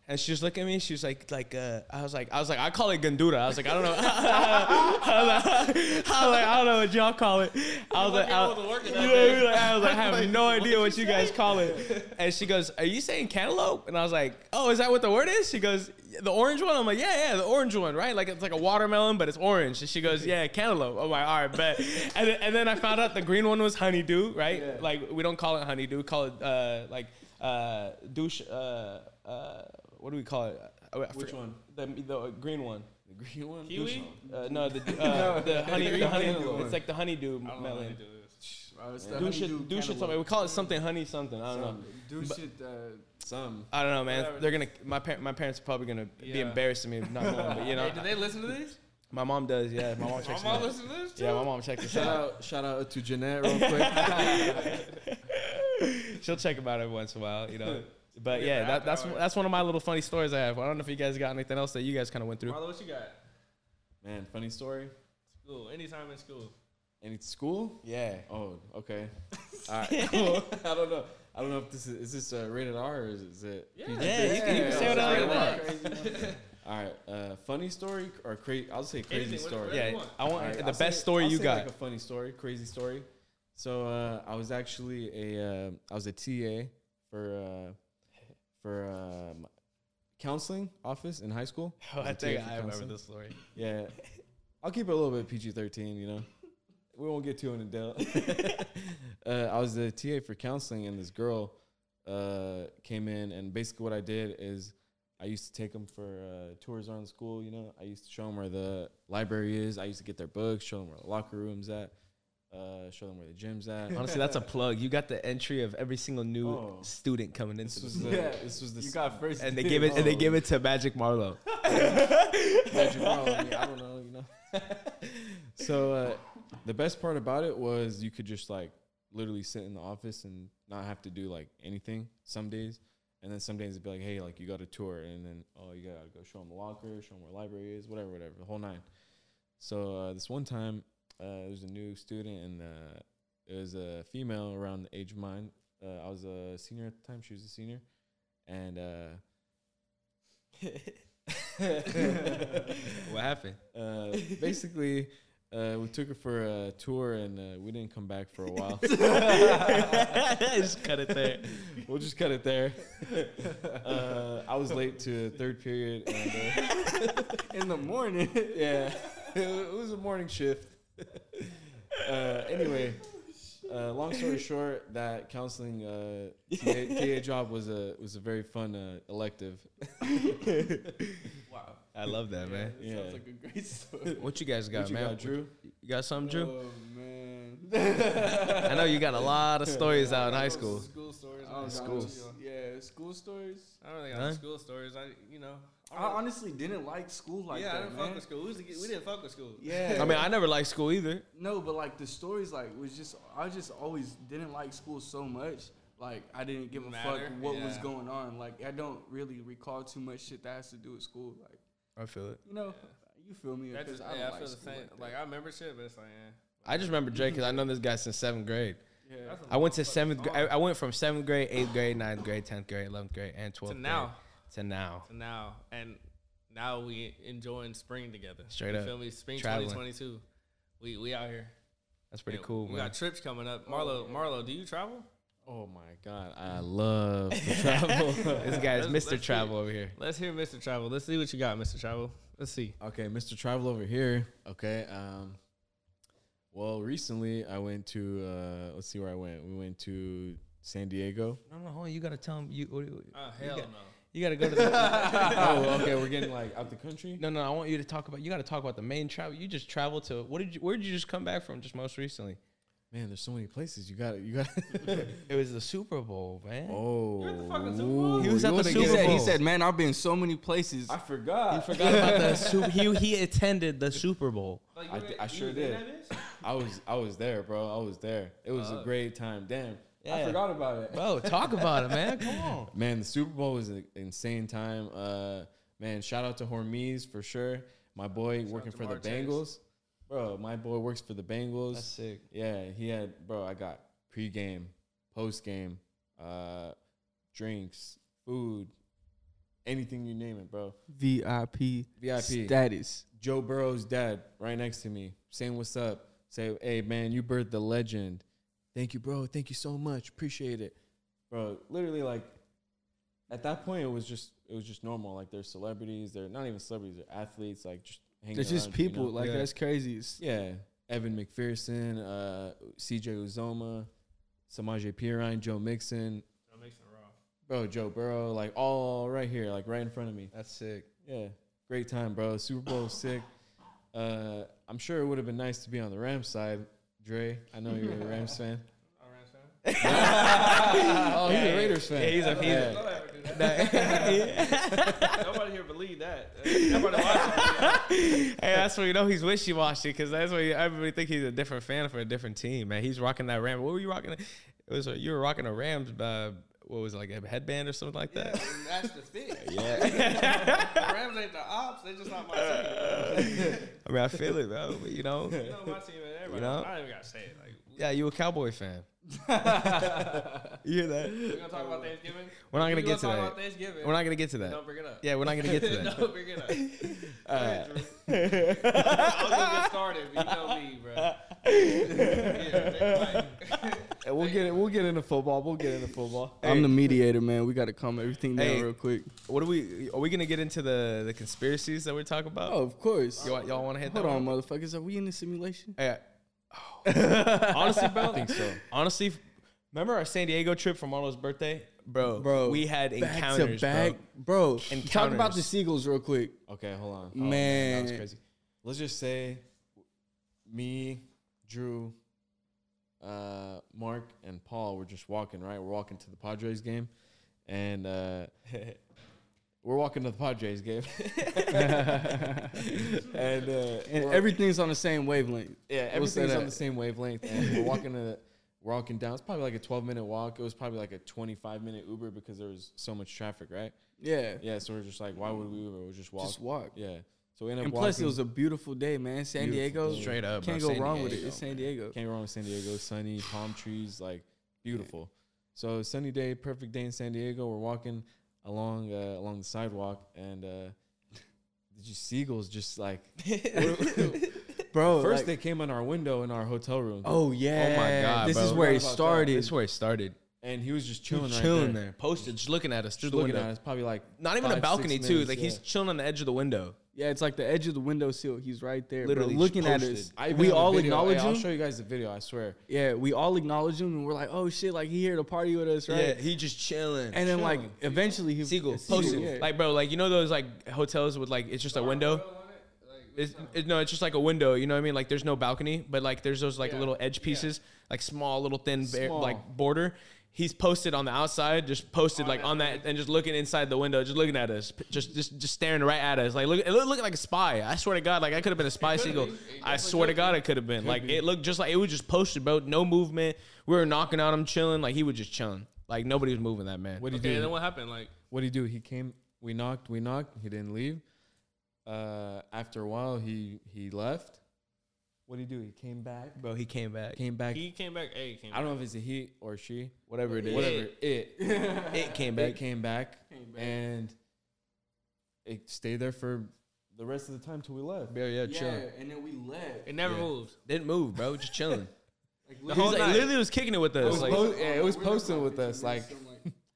Speaker 4: And she was looking at me. She was like, like uh, I was like, I was like, I call it Gandura. I was like, I don't know. I, was like, I was like, I don't know what y'all call it. I was like, I,
Speaker 1: People were working
Speaker 4: you
Speaker 1: out
Speaker 4: know,
Speaker 1: there.
Speaker 4: you know, I was like, I have no idea what you guys call it. And she goes, Are you saying cantaloupe? And I was like, Oh, is that what the word is? She goes, The orange one? I'm like, Yeah, yeah, the orange one, right? Like it's like a watermelon, but it's orange. And she goes, Yeah, cantaloupe. I'm like, All right, bet. And then, and then I found out the green one was honeydew, right? Like we don't call it honeydew, we call it uh, like uh, douche. Uh, uh, what do we call it? Oh, I- I
Speaker 2: Which
Speaker 4: forget-
Speaker 2: one?
Speaker 4: The, the green one.
Speaker 2: The green one.
Speaker 1: Kiwi?
Speaker 4: Uh, no, the, uh, the honey,
Speaker 2: green
Speaker 4: the
Speaker 2: one.
Speaker 4: honeydew. It's like the honeydew
Speaker 1: I don't know how they
Speaker 4: melon.
Speaker 1: do this.
Speaker 4: Do shit, do shit something. We call it something honey something. I don't know.
Speaker 2: Do shit. Uh, some.
Speaker 4: I don't know, man.
Speaker 1: Whatever.
Speaker 4: They're gonna. My par- my parents are probably gonna be
Speaker 1: Yeah.
Speaker 4: embarrassed of me not knowing, but you know,
Speaker 1: Hey, do they listen to this?
Speaker 4: my mom does. Yeah, my mom
Speaker 1: My
Speaker 4: checks. it
Speaker 1: mom
Speaker 4: out.
Speaker 1: listens to this too.
Speaker 4: yeah, my mom checks this
Speaker 2: Shout
Speaker 4: out.
Speaker 2: out, shout out to Jeanette real quick.
Speaker 4: She'll check about it every once in a while, you know. But
Speaker 1: Yeah,
Speaker 4: yeah,
Speaker 1: after
Speaker 4: that, that's
Speaker 1: hours.
Speaker 4: that's one of my little funny stories I have. I don't know if you guys got anything else that you guys kind of went through.
Speaker 1: Marlo, what you got?
Speaker 2: Man, funny story.
Speaker 1: School. Anytime in school.
Speaker 2: And it's school.
Speaker 4: Yeah.
Speaker 2: Oh, okay. All right. Cool. I don't know. I don't know if this is is this uh, rated R or is, is it? PG?
Speaker 4: Yeah, you can, you can say whatever you want.
Speaker 2: All right. Uh, funny story or crazy? I'll say crazy
Speaker 1: Anything,
Speaker 2: story.
Speaker 1: whatever you
Speaker 4: Yeah,
Speaker 1: want.
Speaker 4: I want
Speaker 2: All right,
Speaker 4: the
Speaker 2: I'll
Speaker 4: best
Speaker 2: say-
Speaker 4: story
Speaker 2: I'll
Speaker 4: you
Speaker 2: say,
Speaker 4: got.
Speaker 2: Like a funny story, crazy story. So uh, I was actually a uh, I was a TA for uh, for um, counseling office in high school.
Speaker 4: Oh, I
Speaker 2: Was a
Speaker 4: think
Speaker 2: TA for
Speaker 4: I remember
Speaker 2: counseling.
Speaker 4: this story.
Speaker 2: Yeah, I'll keep it a little bit PG thirteen. You know, we won't get too in depth. uh, I was the TA for counseling, and this girl uh, came in, and basically what I did is I used to take them for uh, tours around school. You know, I used to show them where the library is. I used to get their books, show them where the locker rooms at, uh, show them where the gym's at.
Speaker 4: Honestly, that's a plug. You got the entry of every single new
Speaker 2: Oh.
Speaker 4: student coming into
Speaker 2: This
Speaker 4: the
Speaker 2: was the,
Speaker 5: Yeah,
Speaker 2: this was the
Speaker 5: You got first.
Speaker 4: and they give it and they give it to Magic Marlowe.
Speaker 2: Magic Marlowe, I mean, I don't know, you know. so uh, the best part about it was you could just like literally sit in the office and not have to do like anything some days. And then some days it'd be like, hey, like you got a tour, and then oh, you gotta go show them the locker, show them where the library is, whatever, whatever, the whole nine. So uh, this one time, uh, there was a new student, and uh, it was a female around the age of mine. Uh, I was a senior at the time; she was a senior, and uh,
Speaker 4: What happened?
Speaker 2: uh, basically, uh, we took her for a tour and uh, we didn't come back for a while.
Speaker 4: Just cut it there.
Speaker 2: we'll just cut it there. Uh, I was late to third period. And, uh,
Speaker 5: in the morning.
Speaker 2: yeah, it was a morning shift. Uh, anyway, uh, long story short, that counseling uh, TA, TA job was a was a very fun uh, elective.
Speaker 5: Wow.
Speaker 4: I love that, man.
Speaker 5: That sounds
Speaker 2: Yeah.
Speaker 5: like a great story.
Speaker 4: What you guys got,
Speaker 2: What you
Speaker 4: man?
Speaker 2: got, Drew?
Speaker 4: You got something, Drew?
Speaker 5: Oh man.
Speaker 4: I know you got a lot of stories out in
Speaker 5: I
Speaker 4: high
Speaker 5: got
Speaker 4: school.
Speaker 5: School stories.
Speaker 1: Oh,
Speaker 5: man.
Speaker 1: School.
Speaker 5: Yeah, school stories.
Speaker 1: I don't think I
Speaker 4: Huh?
Speaker 1: have school stories. I, you know.
Speaker 5: I honestly didn't like school like
Speaker 1: yeah,
Speaker 5: that,
Speaker 1: I didn't
Speaker 5: man.
Speaker 1: fuck with school. We, used to get, we didn't fuck with school.
Speaker 5: Yeah.
Speaker 4: I mean, I never liked school either.
Speaker 5: No, but like the stories, like was just I just always didn't like school so much. Like I didn't give a
Speaker 1: Matter,
Speaker 5: fuck what was
Speaker 1: yeah.
Speaker 5: going on. Like I don't really recall too much shit that has to do with school. Like
Speaker 4: I feel it.
Speaker 5: you know, you feel me?
Speaker 1: That
Speaker 5: Because
Speaker 1: just,
Speaker 5: I don't
Speaker 1: yeah, I,
Speaker 5: like
Speaker 1: feel the
Speaker 5: school.
Speaker 1: same.
Speaker 5: Like,
Speaker 1: Like, I remember shit, but it's like, eh.
Speaker 4: I just remember Drake because I know this guy since seventh grade.
Speaker 5: that. yeah.
Speaker 1: yeah.
Speaker 4: I went to seventh. Gra- I, I went from seventh grade, eighth grade, ninth grade, tenth grade, eleventh grade, and
Speaker 1: to
Speaker 4: twelfth.
Speaker 1: now.
Speaker 4: grade to now.
Speaker 1: To now. And now we enjoying spring together.
Speaker 4: Straight
Speaker 1: you
Speaker 4: up.
Speaker 1: feel me? Spring
Speaker 4: Traveling.
Speaker 1: 2022. We we out here.
Speaker 4: That's pretty
Speaker 1: Yeah,
Speaker 4: cool,
Speaker 1: We
Speaker 4: man.
Speaker 1: got trips coming
Speaker 5: Oh,
Speaker 1: up. Marlo, Marlo, do you travel?
Speaker 2: Oh my God, I love to travel.
Speaker 4: this guy is
Speaker 1: Let's-
Speaker 4: Mr.
Speaker 1: let's
Speaker 4: Travel over here.
Speaker 1: Let's hear Mr. Travel. Let's see what you got, Mr. Travel. Let's see.
Speaker 2: okay, Mr. Travel over here. Okay. Um, well, recently I went to uh, let's see where I went. We went to San Diego.
Speaker 4: No, no, hold on. You gotta tell him. You, you,
Speaker 5: Uh,
Speaker 1: Oh hell
Speaker 4: got-
Speaker 1: no.
Speaker 4: you gotta go to the.
Speaker 2: oh, okay. We're getting like out the country.
Speaker 4: no, no. I want you to talk about. You gotta talk about the main travel. You just traveled to. What did you? Where did you just come back from? Just most recently.
Speaker 2: Man, there's so many places. You got to You got.
Speaker 4: It was the Super Bowl, man.
Speaker 2: oh.
Speaker 1: You're at the fucking Super Bowl?
Speaker 4: He was
Speaker 2: you
Speaker 4: at the
Speaker 2: wanna
Speaker 4: Super
Speaker 5: He
Speaker 2: get-
Speaker 5: said, he
Speaker 4: Bowl.
Speaker 5: said, man, I've been so many places.
Speaker 2: I forgot.
Speaker 4: I forgot about the Super. He he attended the Super Bowl.
Speaker 1: Like,
Speaker 2: I
Speaker 1: you
Speaker 2: d-
Speaker 1: in-
Speaker 2: I
Speaker 1: you
Speaker 2: sure
Speaker 1: in
Speaker 2: did.
Speaker 1: that bitch?
Speaker 2: I was I was there, bro. I was there. It was
Speaker 1: Uh.
Speaker 2: a great time. Damn. I
Speaker 4: Yeah.
Speaker 2: forgot about it.
Speaker 4: Bro, talk about it, man. Come on.
Speaker 2: Man, the Super Bowl was an insane time. Uh man, shout out to Hormiz for sure. My boy working
Speaker 1: to
Speaker 2: for the
Speaker 1: Martez.
Speaker 2: Bengals. Bro, my boy works for the Bengals.
Speaker 4: That's sick.
Speaker 2: Yeah, he had bro, I got pregame, postgame, uh drinks, food, anything you name it, bro.
Speaker 5: VIP,
Speaker 2: VIP.
Speaker 5: status.
Speaker 2: Joe Burrow's dad right next to me saying what's up. Say, hey man, you birthed the legend. Thank you, bro. Thank you so much. Appreciate it. Bro, literally like at that point it was just it was just normal. Like they're celebrities, they're not even celebrities, they're athletes, like just hanging
Speaker 5: They're just
Speaker 2: around, you
Speaker 5: people.
Speaker 2: know?
Speaker 5: Like, that's crazy. It's-
Speaker 2: Yeah. Evan McPherson, uh, CJ Uzoma, Samaje Perine, Joe Mixon,
Speaker 1: That makes it raw.
Speaker 2: bro, Joe Burrow, like all right here, like right in front of me.
Speaker 4: That's sick.
Speaker 2: Yeah, great time, bro. Super Bowl was sick. Uh, I'm sure it would have been nice to be on the Rams side, Dre. I know you're a Rams fan.
Speaker 1: All right, fam.
Speaker 2: Oh, he's a Raiders fan.
Speaker 4: Yeah, he's a- he's a-
Speaker 2: Yeah.
Speaker 1: Nobody ever do that. Nobody here believe that. Nobody watching.
Speaker 4: Hey, that's when you know he's wishy washy because that's when you- everybody think he's a different fan for a different team. Man, he's rocking that Ram. What were you rocking? It was a, you were rocking a Rams. Uh, what was it, like a headband or something like that?
Speaker 1: That's the thing. Yeah. Rams ain't the ops. They just not my team.
Speaker 4: I mean, I feel it, bro. but, you know,
Speaker 1: They not my team. and Everybody.
Speaker 4: You know?
Speaker 1: I don't even gotta say it. Like,
Speaker 4: yeah, you a Cowboy fan. you hear that?
Speaker 1: we're gonna talk about Thanksgiving.
Speaker 4: We're not gonna
Speaker 1: You
Speaker 4: get to
Speaker 1: talk about
Speaker 4: that.
Speaker 1: Thanksgiving.
Speaker 4: We're not gonna get to that.
Speaker 1: Don't bring it up.
Speaker 4: Yeah, we're not gonna get to that.
Speaker 1: Don't bring it up. All right, Drew. I was gonna get started, but you know me, bro. yeah, like,
Speaker 2: Hey, We'll get it. We'll get into football. We'll get into football.
Speaker 5: I'm the mediator, man. We got to calm everything down
Speaker 4: Hey.
Speaker 5: real quick.
Speaker 4: What are we? Are we gonna get into the the conspiracies that we're talking about?
Speaker 5: Oh, of course.
Speaker 4: y'all, y'all want to hit
Speaker 5: Hold
Speaker 4: that
Speaker 5: on,
Speaker 4: one?
Speaker 5: motherfuckers. Are we in the simulation?
Speaker 4: Hey, I- honestly, bro.
Speaker 2: I think so.
Speaker 4: Honestly, f- remember our San Diego trip for Marlo's birthday, bro?
Speaker 5: Bro,
Speaker 4: we had
Speaker 5: Back
Speaker 4: encounters,
Speaker 5: to back,
Speaker 4: bro.
Speaker 5: bro. Talk
Speaker 4: Encounters.
Speaker 5: about the Seagulls real quick.
Speaker 2: Okay, hold on. Oh,
Speaker 5: man,
Speaker 2: that was crazy. Let's just say, me, Drew, uh, Mark, and Paul were just walking. Right, we're walking to the Padres game, and uh, we're walking to the Padres game. and uh,
Speaker 5: And
Speaker 2: we're-
Speaker 5: everything's on the same wavelength.
Speaker 2: Yeah,
Speaker 5: We'll say
Speaker 2: everything's on
Speaker 5: that.
Speaker 2: the same wavelength. And we're walking to the, we're walking down. It's probably like a 12 minute walk. It was probably like a 25 minute Uber because there was so much traffic, right?
Speaker 5: Yeah,
Speaker 2: Yeah, so we're just like, why would we Uber? We'll just walk.
Speaker 5: just walk.
Speaker 2: yeah. So we ended up
Speaker 5: And
Speaker 2: walking.
Speaker 5: plus, it was a beautiful day, man. San
Speaker 2: Beautiful
Speaker 5: Diego,
Speaker 2: day.
Speaker 4: Straight up,
Speaker 5: can't
Speaker 4: bro.
Speaker 5: go
Speaker 4: San
Speaker 5: wrong with it.
Speaker 4: Diego.
Speaker 5: It's San Diego.
Speaker 2: Can't go wrong with San Diego. Sunny, palm trees, like beautiful. So sunny day, perfect day in San Diego. We're walking along uh, along the sidewalk, and uh, just seagulls just like
Speaker 5: Bro,
Speaker 2: first
Speaker 5: like-
Speaker 2: they came in our window in our hotel room,
Speaker 5: oh yeah,
Speaker 4: God,
Speaker 5: this
Speaker 4: bro.
Speaker 5: is where it
Speaker 2: Forgot about that.
Speaker 5: started.
Speaker 4: This is where it started.
Speaker 2: and he was just chilling, right
Speaker 4: chilling
Speaker 2: there.
Speaker 4: there, posted, just looking at us through
Speaker 2: Just
Speaker 4: the
Speaker 2: looking
Speaker 4: window.
Speaker 2: at us, probably like
Speaker 4: Not even a
Speaker 2: five,
Speaker 4: balcony,
Speaker 2: six
Speaker 4: too.
Speaker 2: minutes,
Speaker 4: Like he's
Speaker 2: yeah.
Speaker 4: chilling on the edge of the window.
Speaker 5: Yeah, it's like the edge of the window sill. He's right there,
Speaker 4: Literally
Speaker 5: literally
Speaker 4: just
Speaker 5: looking at us.
Speaker 4: posted.
Speaker 2: I even
Speaker 5: we
Speaker 2: have a
Speaker 5: all
Speaker 2: video.
Speaker 5: acknowledge
Speaker 2: Hey, I'll show
Speaker 5: him.
Speaker 2: you guys the video. I swear.
Speaker 5: Yeah, we all acknowledge him, and we're like, oh shit, like he here to party with us, right?
Speaker 4: Yeah, he just chilling.
Speaker 5: And then like eventually he
Speaker 4: Seagull,
Speaker 5: Seagull,
Speaker 4: posted.
Speaker 5: yeah.
Speaker 4: Like, bro, like you know those like hotels with like it's just a window. It's, it, no, it's just like a window. You know what I mean? Like, there's no balcony, but like there's those like little edge pieces, like small, little thin, bare,
Speaker 2: Small.
Speaker 4: like border. He's posted on the outside, just posted like on that, and just looking inside the window, just looking at us, p- just just just staring right at us. Like, look, it looked, looked like a spy. I swear to God, like I could have been a spy seagull. I swear to God, it could have been. like, it looked just like it was just posted, bro. No movement. We were knocking on him, chilling. Like he was just chilling. Like nobody was moving that man.
Speaker 2: What do you
Speaker 1: okay,
Speaker 2: do?
Speaker 1: then what happened? Like,
Speaker 2: what do you do? He came. We knocked. We knocked. He didn't leave. Uh, after a while, he he left. What do you do? He came back.
Speaker 4: Bro, he came back.
Speaker 2: Came back.
Speaker 1: he came back. Hey, he came
Speaker 2: I
Speaker 1: back.
Speaker 2: don't know if it's a he or she.
Speaker 4: Whatever it is,
Speaker 2: Whatever it.
Speaker 4: it came
Speaker 2: It
Speaker 4: back.
Speaker 2: came back, and it stayed there for the rest of the time till we left.
Speaker 3: Bear, yeah, chilling.
Speaker 5: and then we left.
Speaker 1: It never
Speaker 3: Yeah.
Speaker 1: moved.
Speaker 4: Didn't move, bro. Just chilling.
Speaker 5: Like,
Speaker 1: The
Speaker 4: he
Speaker 1: whole
Speaker 4: was like,
Speaker 1: night.
Speaker 4: literally was kicking it with
Speaker 2: It
Speaker 4: us.
Speaker 2: was
Speaker 4: Like,
Speaker 2: po- yeah, it was posted with us. Like,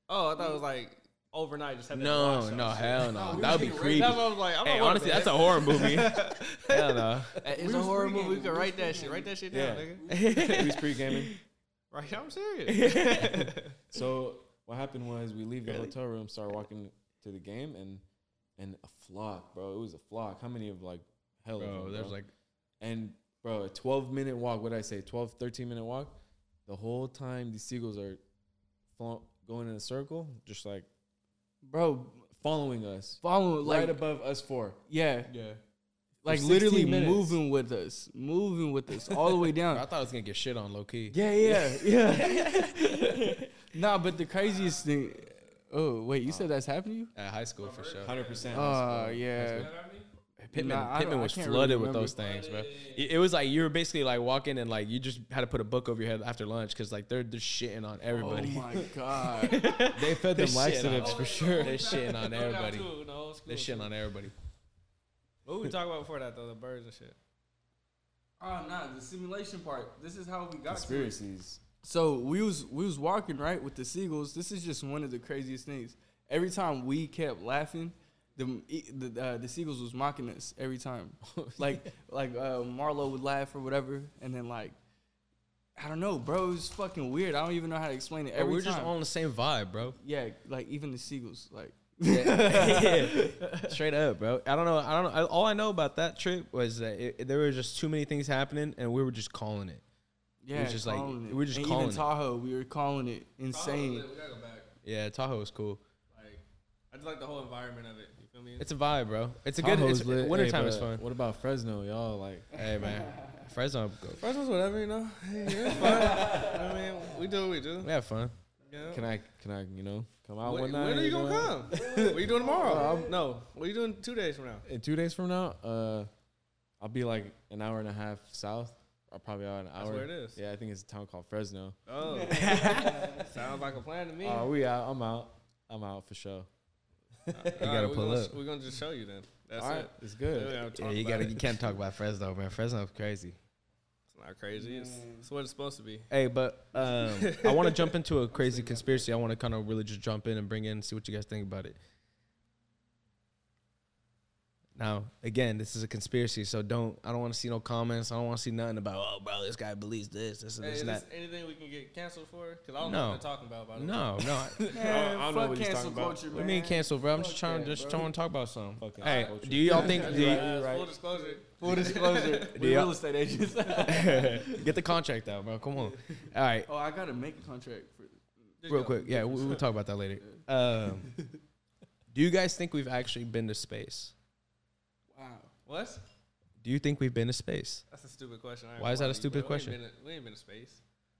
Speaker 1: Oh, I thought it was like overnight. Just had that
Speaker 4: no,
Speaker 1: wash
Speaker 4: no,
Speaker 1: up.
Speaker 4: hell no.
Speaker 5: No, we
Speaker 4: that would
Speaker 5: was
Speaker 4: be
Speaker 5: getting
Speaker 4: creepy.
Speaker 1: That's what I was like. I'm
Speaker 4: Hey,
Speaker 1: not
Speaker 4: honestly, that's a horror movie. hell no.
Speaker 1: It's
Speaker 5: We
Speaker 1: a
Speaker 5: was
Speaker 1: horror
Speaker 5: pre-gaming.
Speaker 1: movie. We
Speaker 5: We
Speaker 1: could
Speaker 5: was
Speaker 1: write that shit. Write that shit down,
Speaker 2: Yeah.
Speaker 1: nigga.
Speaker 2: we was pre gaming.
Speaker 1: Right? I'm serious.
Speaker 2: So what happened was we leave the hotel room, start walking to the game, and and a flock, bro. It was a flock. How many of like hell? of them,
Speaker 4: Bro, there's
Speaker 2: bro?
Speaker 4: like,
Speaker 2: and bro, a 12 minute walk. What did I say? 12, 13 minute walk. The whole time these seagulls are flo- going in a circle, just like
Speaker 5: bro,
Speaker 2: following us,
Speaker 5: following like
Speaker 2: right above us four.
Speaker 5: yeah,
Speaker 2: Yeah.
Speaker 5: like
Speaker 2: 16
Speaker 5: literally
Speaker 2: minutes.
Speaker 5: moving with us, moving with us all the way
Speaker 4: bro, I
Speaker 5: down.
Speaker 4: thought I was gonna get shit on low key.
Speaker 5: yeah, yeah, yeah. nah, but the craziest thing. Oh wait, you said that's happened to you?
Speaker 4: At high school for sure.
Speaker 2: 100%.
Speaker 5: Oh
Speaker 4: Ah,
Speaker 5: yeah.
Speaker 4: Pittman,
Speaker 5: Nah, I
Speaker 4: Pittman
Speaker 5: don't- I
Speaker 4: was
Speaker 5: can't
Speaker 4: flooded
Speaker 5: really
Speaker 4: with those things, bro. It, it was like you were basically like walking and like you just had to put a book over your head after lunch because like they're just shitting on
Speaker 5: Oh
Speaker 4: everybody.
Speaker 5: my god.
Speaker 2: they fed them laxatives
Speaker 4: laxatives
Speaker 2: for sure.
Speaker 4: they're shitting on everybody. They're
Speaker 1: This shit.
Speaker 4: shitting on everybody.
Speaker 1: What we talking about before that though? The birds and shit.
Speaker 5: oh nah, the simulation part. This is how we got
Speaker 2: Conspiracies.
Speaker 5: So we was we was walking right with the seagulls. This is just one of the craziest things. Every time we kept laughing, the the, uh, the seagulls was mocking us every time. like like uh, Marlo would laugh or whatever, and then like I don't know, bro. It was fucking weird. I don't even know how to explain it.
Speaker 4: Bro,
Speaker 5: Every
Speaker 4: we were
Speaker 5: time,
Speaker 4: just on the same vibe, bro.
Speaker 5: yeah, like even the seagulls, like
Speaker 4: Straight up, bro. I don't know. I don't know. All I know about that trip was that it, it- there were just too many things happening, and we were just calling it.
Speaker 5: yeah,
Speaker 4: just like-
Speaker 5: calling it.
Speaker 4: we were just
Speaker 5: and
Speaker 4: calling
Speaker 5: even
Speaker 4: it.
Speaker 5: Tahoe, we were calling it insane.
Speaker 1: We gotta go back.
Speaker 4: Yeah, Tahoe was cool.
Speaker 1: Like, I just like the whole environment of it. You feel me?
Speaker 4: It's a vibe, bro. It's a good. It's, wintertime is fun.
Speaker 2: What about Fresno, y'all? Like,
Speaker 4: Hey man, Fresno, go.
Speaker 1: Fresno's whatever, you know. Hey, it's fine. I mean, we do what we do.
Speaker 4: we have fun.
Speaker 1: Yeah.
Speaker 2: can I, can I, you know, come out
Speaker 1: When,
Speaker 2: one night?
Speaker 1: when are you
Speaker 2: know?
Speaker 1: gonna come? what are you doing tomorrow? no. What are you doing two days from now?
Speaker 2: in two days from now, uh, I'll be like an hour and a half south. I'll probably out an hour.
Speaker 1: That's where it is.
Speaker 2: Yeah, I think it's a town called Fresno.
Speaker 1: Oh, sounds like a plan to me.
Speaker 2: Oh, we out. I'm out. I'm out for sure.
Speaker 1: you
Speaker 4: gotta pull
Speaker 1: gonna,
Speaker 4: up.
Speaker 1: We're gonna just show you then. That's
Speaker 2: All right,
Speaker 1: it.
Speaker 2: it's
Speaker 1: We
Speaker 2: good.
Speaker 1: don't have to
Speaker 4: Yeah,
Speaker 1: talk
Speaker 4: you
Speaker 1: about
Speaker 4: gotta.
Speaker 1: it.
Speaker 4: You can't talk about Fresno, man. Fresno's crazy.
Speaker 1: It's not crazy. It's, it's what it's supposed to be.
Speaker 4: Hey, but um, I want to jump into a crazy conspiracy. I want to kind of really just jump in and bring in and see what you guys think about it. Now, again, this is a conspiracy, so don't. I don't want to see no comments. I don't want to see nothing about oh, bro, this guy believes this, this, and
Speaker 1: Hey, is
Speaker 4: this, and that.
Speaker 1: this anything we can get canceled for? Because I don't know
Speaker 4: No.
Speaker 1: what they're talking about. By the way.
Speaker 4: No, no. I-
Speaker 5: Man,
Speaker 2: I don't know
Speaker 5: fuck
Speaker 2: what he's
Speaker 5: cancel
Speaker 2: talking about.
Speaker 5: culture,
Speaker 4: What
Speaker 5: man.
Speaker 4: do you mean cancel, bro? I'm
Speaker 5: Fuck
Speaker 4: just trying,
Speaker 5: that,
Speaker 4: just
Speaker 5: bro.
Speaker 4: trying to talk about something.
Speaker 2: Fucking
Speaker 4: Hey,
Speaker 2: culture.
Speaker 4: do y'all think?
Speaker 1: That's
Speaker 4: Do you,
Speaker 1: right, Full disclosure.
Speaker 5: Full disclosure, we
Speaker 4: Yeah.
Speaker 5: real estate agents.
Speaker 4: get the contract out, bro. Come on. All right.
Speaker 5: oh, I gotta make a contract for
Speaker 1: Just
Speaker 4: real
Speaker 1: go.
Speaker 4: quick. Yeah, we, we'll talk about that later. Um, do you guys think we've actually been to space?
Speaker 5: wow.
Speaker 1: What?
Speaker 4: Do you think we've been to space?
Speaker 1: That's a stupid question. I ain't
Speaker 4: Why is that
Speaker 1: gonna
Speaker 4: a
Speaker 1: lie to you,
Speaker 4: stupid
Speaker 1: bro.
Speaker 4: question?
Speaker 1: We ain't, been, to- we ain't been to space.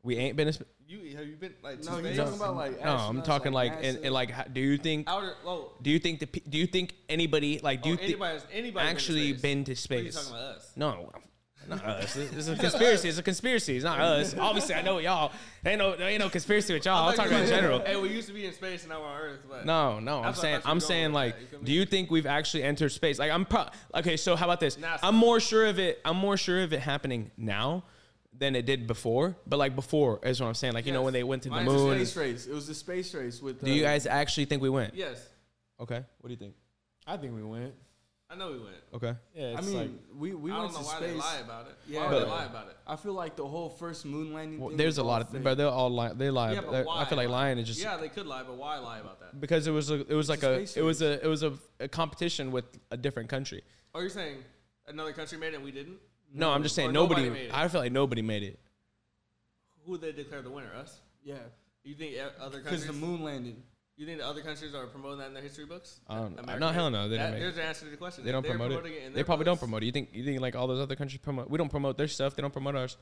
Speaker 4: We ain't been to space.
Speaker 1: You have you been like to
Speaker 5: No, you're
Speaker 1: space?
Speaker 5: talking about like
Speaker 4: No, I'm
Speaker 5: astronauts,
Speaker 4: talking like and,
Speaker 5: NASA.
Speaker 4: and like. how- Do you think?
Speaker 1: outer. Oh,
Speaker 4: Do you think the? pe- Do you think anybody like? Do
Speaker 1: oh,
Speaker 4: you think
Speaker 1: anybody, has anybody
Speaker 4: actually
Speaker 1: been
Speaker 4: been to
Speaker 1: to space? What
Speaker 4: space?
Speaker 1: are you talking about us?
Speaker 4: No. Not us. It's it's a conspiracy. It's a conspiracy. It's not us. Obviously, I know y'all. Ain't no, there ain't no conspiracy with y'all. I'm
Speaker 1: thought
Speaker 4: talking
Speaker 1: you
Speaker 4: Oh, about in
Speaker 1: said,
Speaker 4: general.
Speaker 1: Hey, we used to be in space and now we're on Earth. But
Speaker 4: No, no. I'm
Speaker 1: That's what I
Speaker 4: saying
Speaker 1: thought you were
Speaker 4: I'm
Speaker 1: going
Speaker 4: saying
Speaker 1: with
Speaker 4: like,
Speaker 1: that. You feel me?
Speaker 4: do you think we've actually entered space? Like I'm pro. Okay, so how about this?
Speaker 1: NASA.
Speaker 4: I'm more sure of it. I'm more sure of it happening now than it did before. But like before is what I'm saying. Like you know
Speaker 1: Yes.
Speaker 4: when they went to the
Speaker 1: Mine's a
Speaker 4: moon.
Speaker 5: space race. It was the space race with.
Speaker 4: Do
Speaker 5: uh,
Speaker 4: you guys actually think we went?
Speaker 1: Yes,
Speaker 4: Okay. What do you think?
Speaker 2: I think we went.
Speaker 1: I know we went.
Speaker 4: Okay.
Speaker 2: Yeah,
Speaker 5: I
Speaker 2: it's
Speaker 5: mean,
Speaker 2: like
Speaker 5: we we
Speaker 1: I
Speaker 5: went
Speaker 1: don't know
Speaker 5: to
Speaker 1: why
Speaker 5: space.
Speaker 1: they lie about it.
Speaker 5: Yeah,
Speaker 1: why would
Speaker 4: but-
Speaker 1: they lie about it?
Speaker 5: I feel like the whole first moon landing.
Speaker 4: Well,
Speaker 5: thing
Speaker 4: there's
Speaker 5: was
Speaker 4: a
Speaker 5: all
Speaker 4: lot of
Speaker 5: fake.
Speaker 4: but they're all lying. They lie.
Speaker 1: Yeah, but
Speaker 4: They're-
Speaker 1: why
Speaker 4: I feel like
Speaker 1: lie?
Speaker 4: lying is just
Speaker 1: yeah, they could lie, but why lie about that?
Speaker 4: because it was a, it was like a
Speaker 5: space
Speaker 4: it was a it was a, a competition with a different country.
Speaker 1: Oh, you're saying another country made it and we didn't?
Speaker 4: No, I'm just saying
Speaker 1: Or
Speaker 4: nobody.
Speaker 1: nobody made it.
Speaker 4: I feel like nobody made it.
Speaker 1: Who they declare the winner? Us?
Speaker 5: yeah,
Speaker 1: You think uh, other
Speaker 5: because
Speaker 1: countries?
Speaker 5: the moon landing.
Speaker 1: You think the other countries are promoting that in their history books?
Speaker 4: I don't-
Speaker 1: America
Speaker 4: no, hell
Speaker 1: did.
Speaker 4: no, they didn't
Speaker 1: That-
Speaker 4: make
Speaker 1: There's the answer to the question.
Speaker 4: They
Speaker 1: If
Speaker 4: don't
Speaker 1: they're
Speaker 4: promote
Speaker 1: promoting
Speaker 4: it.
Speaker 1: in
Speaker 4: they
Speaker 1: their
Speaker 4: probably don't
Speaker 1: books,
Speaker 4: promote it. You think you think like all those other countries promote? We don't promote their stuff. They don't promote ours.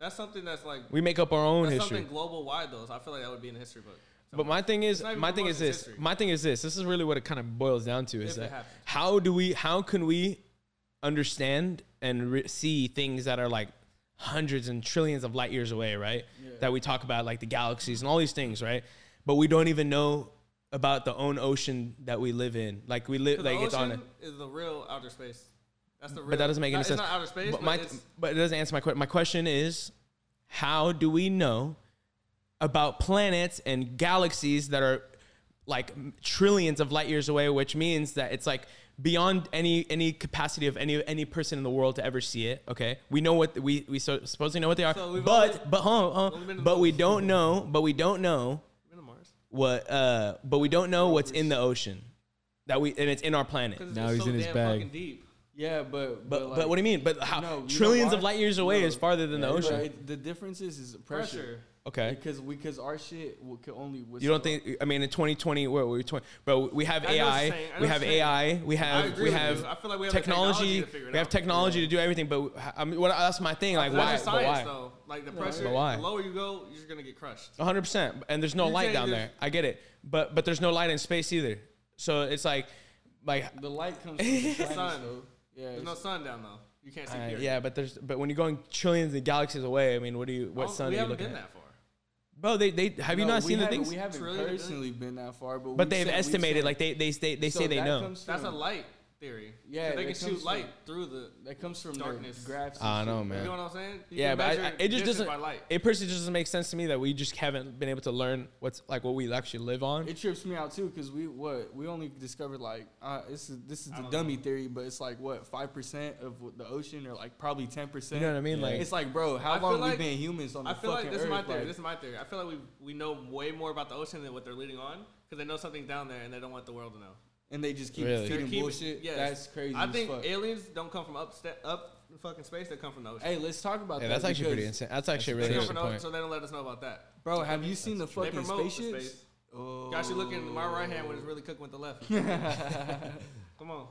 Speaker 1: That's something that's like
Speaker 4: We make up our own
Speaker 1: that's
Speaker 4: history.
Speaker 1: something global wide though. So I feel like that would be in the history book.
Speaker 4: But my thing is,
Speaker 1: It's not even
Speaker 4: my thing
Speaker 1: promoting
Speaker 4: is
Speaker 1: its
Speaker 4: this.
Speaker 1: history.
Speaker 4: My thing is this. This is really what it kind of boils down to: is
Speaker 1: If it
Speaker 4: that
Speaker 1: happens.
Speaker 4: how do we, how can we understand and re- see things that are like hundreds and trillions of light years away, right? That we talk about, like the galaxies and all these things, right? But we don't even know about the own ocean that we live in. Like we live, like it's on. A,
Speaker 1: is the real outer space. That's the real.
Speaker 4: but that doesn't make any
Speaker 1: not-
Speaker 4: sense.
Speaker 1: It's not outer space.
Speaker 4: But,
Speaker 1: But
Speaker 4: my,
Speaker 1: it's,
Speaker 4: but it doesn't answer my question. My question is, how do we know about planets and galaxies that are like trillions of light years away? Which means that it's like beyond any any capacity of any any person in the world to ever see it. Okay, we know what we we so, supposedly know what they are,
Speaker 1: So we've
Speaker 4: but
Speaker 1: only-
Speaker 4: but hold on, hold
Speaker 1: only been
Speaker 4: on,
Speaker 1: to
Speaker 4: but we
Speaker 1: those.
Speaker 4: don't know. But we don't know
Speaker 1: been to Mars.
Speaker 4: what. uh But we don't know what's in the ocean that we and it's in our planet.
Speaker 1: 'Cause it's
Speaker 2: Now
Speaker 1: just
Speaker 2: he's
Speaker 1: so
Speaker 2: in his
Speaker 1: damn
Speaker 2: bag.
Speaker 1: fucking deep.
Speaker 5: Yeah, but
Speaker 4: But, but what do you mean? But how,
Speaker 5: No, you know
Speaker 4: trillions of
Speaker 5: why?
Speaker 4: light years away
Speaker 5: No.
Speaker 4: is farther than the ocean.
Speaker 5: the difference is is pressure.
Speaker 1: Pressure.
Speaker 4: Okay.
Speaker 5: Because because our shit w- could only
Speaker 4: You don't think? I mean, in 2020, where we were 20, bro, we have
Speaker 1: I know what you're
Speaker 4: AI,
Speaker 1: saying. I know
Speaker 4: we
Speaker 1: what
Speaker 4: have
Speaker 1: you're saying.
Speaker 4: AI, we
Speaker 1: I
Speaker 4: have
Speaker 1: agree
Speaker 4: we
Speaker 1: with
Speaker 4: have
Speaker 1: you. I feel like we have the
Speaker 4: technology,
Speaker 1: technology to figure it
Speaker 4: we have
Speaker 1: out.
Speaker 4: technology to do everything. But I mean, what, that's my thing. Like, why?
Speaker 1: That's
Speaker 4: But
Speaker 1: just science,
Speaker 4: why?
Speaker 1: though. Like the pressure.
Speaker 4: But why?
Speaker 1: The lower you go, you're just gonna get crushed.
Speaker 4: 100. percent And there's no
Speaker 1: You
Speaker 4: light
Speaker 1: can't
Speaker 4: down
Speaker 1: just-
Speaker 4: there. I get it. But but there's no light in space either. So it's like, like,
Speaker 5: the light comes from the planet,
Speaker 1: sun.
Speaker 5: so, yeah,
Speaker 1: There's
Speaker 5: it's-
Speaker 1: no sun down though. You can't see.
Speaker 4: uh,
Speaker 1: period.
Speaker 4: yeah. But there's but when you're going trillions of galaxies away, I mean, what do you?
Speaker 1: I
Speaker 4: What
Speaker 1: don't-
Speaker 4: sun
Speaker 1: Oh, We
Speaker 4: are you
Speaker 1: haven't
Speaker 4: looking
Speaker 1: been
Speaker 4: at?
Speaker 1: that far.
Speaker 4: Bro, they they have you
Speaker 5: No,
Speaker 4: not
Speaker 5: we
Speaker 4: seen the
Speaker 5: haven't-
Speaker 4: things?
Speaker 5: We haven't
Speaker 1: Trillion, isn't it?
Speaker 5: personally been that far, but
Speaker 4: But
Speaker 5: we've
Speaker 4: they've
Speaker 5: said- we've
Speaker 4: estimated
Speaker 5: said-
Speaker 4: like they they they they
Speaker 5: So
Speaker 4: say they
Speaker 5: that
Speaker 4: know.
Speaker 5: comes
Speaker 1: That's a
Speaker 5: from-
Speaker 1: light theory.
Speaker 5: Yeah,
Speaker 1: they
Speaker 5: that
Speaker 1: can
Speaker 5: comes
Speaker 1: shoot
Speaker 5: from-
Speaker 1: light through the.
Speaker 5: that comes from
Speaker 1: darkness.
Speaker 5: darkness graphs. and
Speaker 4: I
Speaker 5: shit.
Speaker 4: know,
Speaker 1: You
Speaker 4: man.
Speaker 1: know what I'm saying? You
Speaker 4: yeah,
Speaker 1: can
Speaker 4: but I,
Speaker 1: measure
Speaker 4: I- it just
Speaker 1: distance
Speaker 4: doesn't.
Speaker 1: By light.
Speaker 4: It personally just doesn't make sense to me that we just haven't been able to learn what's like what we actually live on.
Speaker 5: It trips me out too because we what we only discovered like uh, this is this is
Speaker 1: I
Speaker 5: the
Speaker 1: don't
Speaker 5: dummy theory, but it's like what five percent of what the ocean or like probably ten
Speaker 4: you
Speaker 5: percent.
Speaker 4: know what I mean? Like,
Speaker 5: It's like, bro, how
Speaker 1: I feel
Speaker 5: long we
Speaker 1: like-
Speaker 5: been humans on the
Speaker 1: I feel
Speaker 5: fucking
Speaker 1: like this
Speaker 5: earth?
Speaker 1: is my theory.
Speaker 5: like-
Speaker 1: this is my theory. I feel like we we know way more about the ocean than what they're leading on because they know something down there and they don't want the world to know.
Speaker 5: and they just keep
Speaker 4: Really?
Speaker 1: They're
Speaker 5: feeding
Speaker 1: keeping-
Speaker 5: bullshit.
Speaker 1: yes.
Speaker 5: That's crazy.
Speaker 1: I
Speaker 5: as
Speaker 1: think
Speaker 5: fuck.
Speaker 1: aliens don't come from up up fucking space. They come from the ocean.
Speaker 5: Hey, let's talk about
Speaker 4: yeah,
Speaker 5: that.
Speaker 4: that's actually pretty
Speaker 5: because-
Speaker 4: insane. That's actually
Speaker 1: they
Speaker 4: really
Speaker 1: come from
Speaker 4: interesting
Speaker 1: the ocean,
Speaker 4: point.
Speaker 1: so they don't let us know about that.
Speaker 5: Bro, have you seen the
Speaker 1: They
Speaker 5: fucking
Speaker 1: promote the
Speaker 5: spaceships?
Speaker 1: space.
Speaker 5: Oh,
Speaker 1: Gosh, you looking at my right hand when it's really cooking with the left. Come on,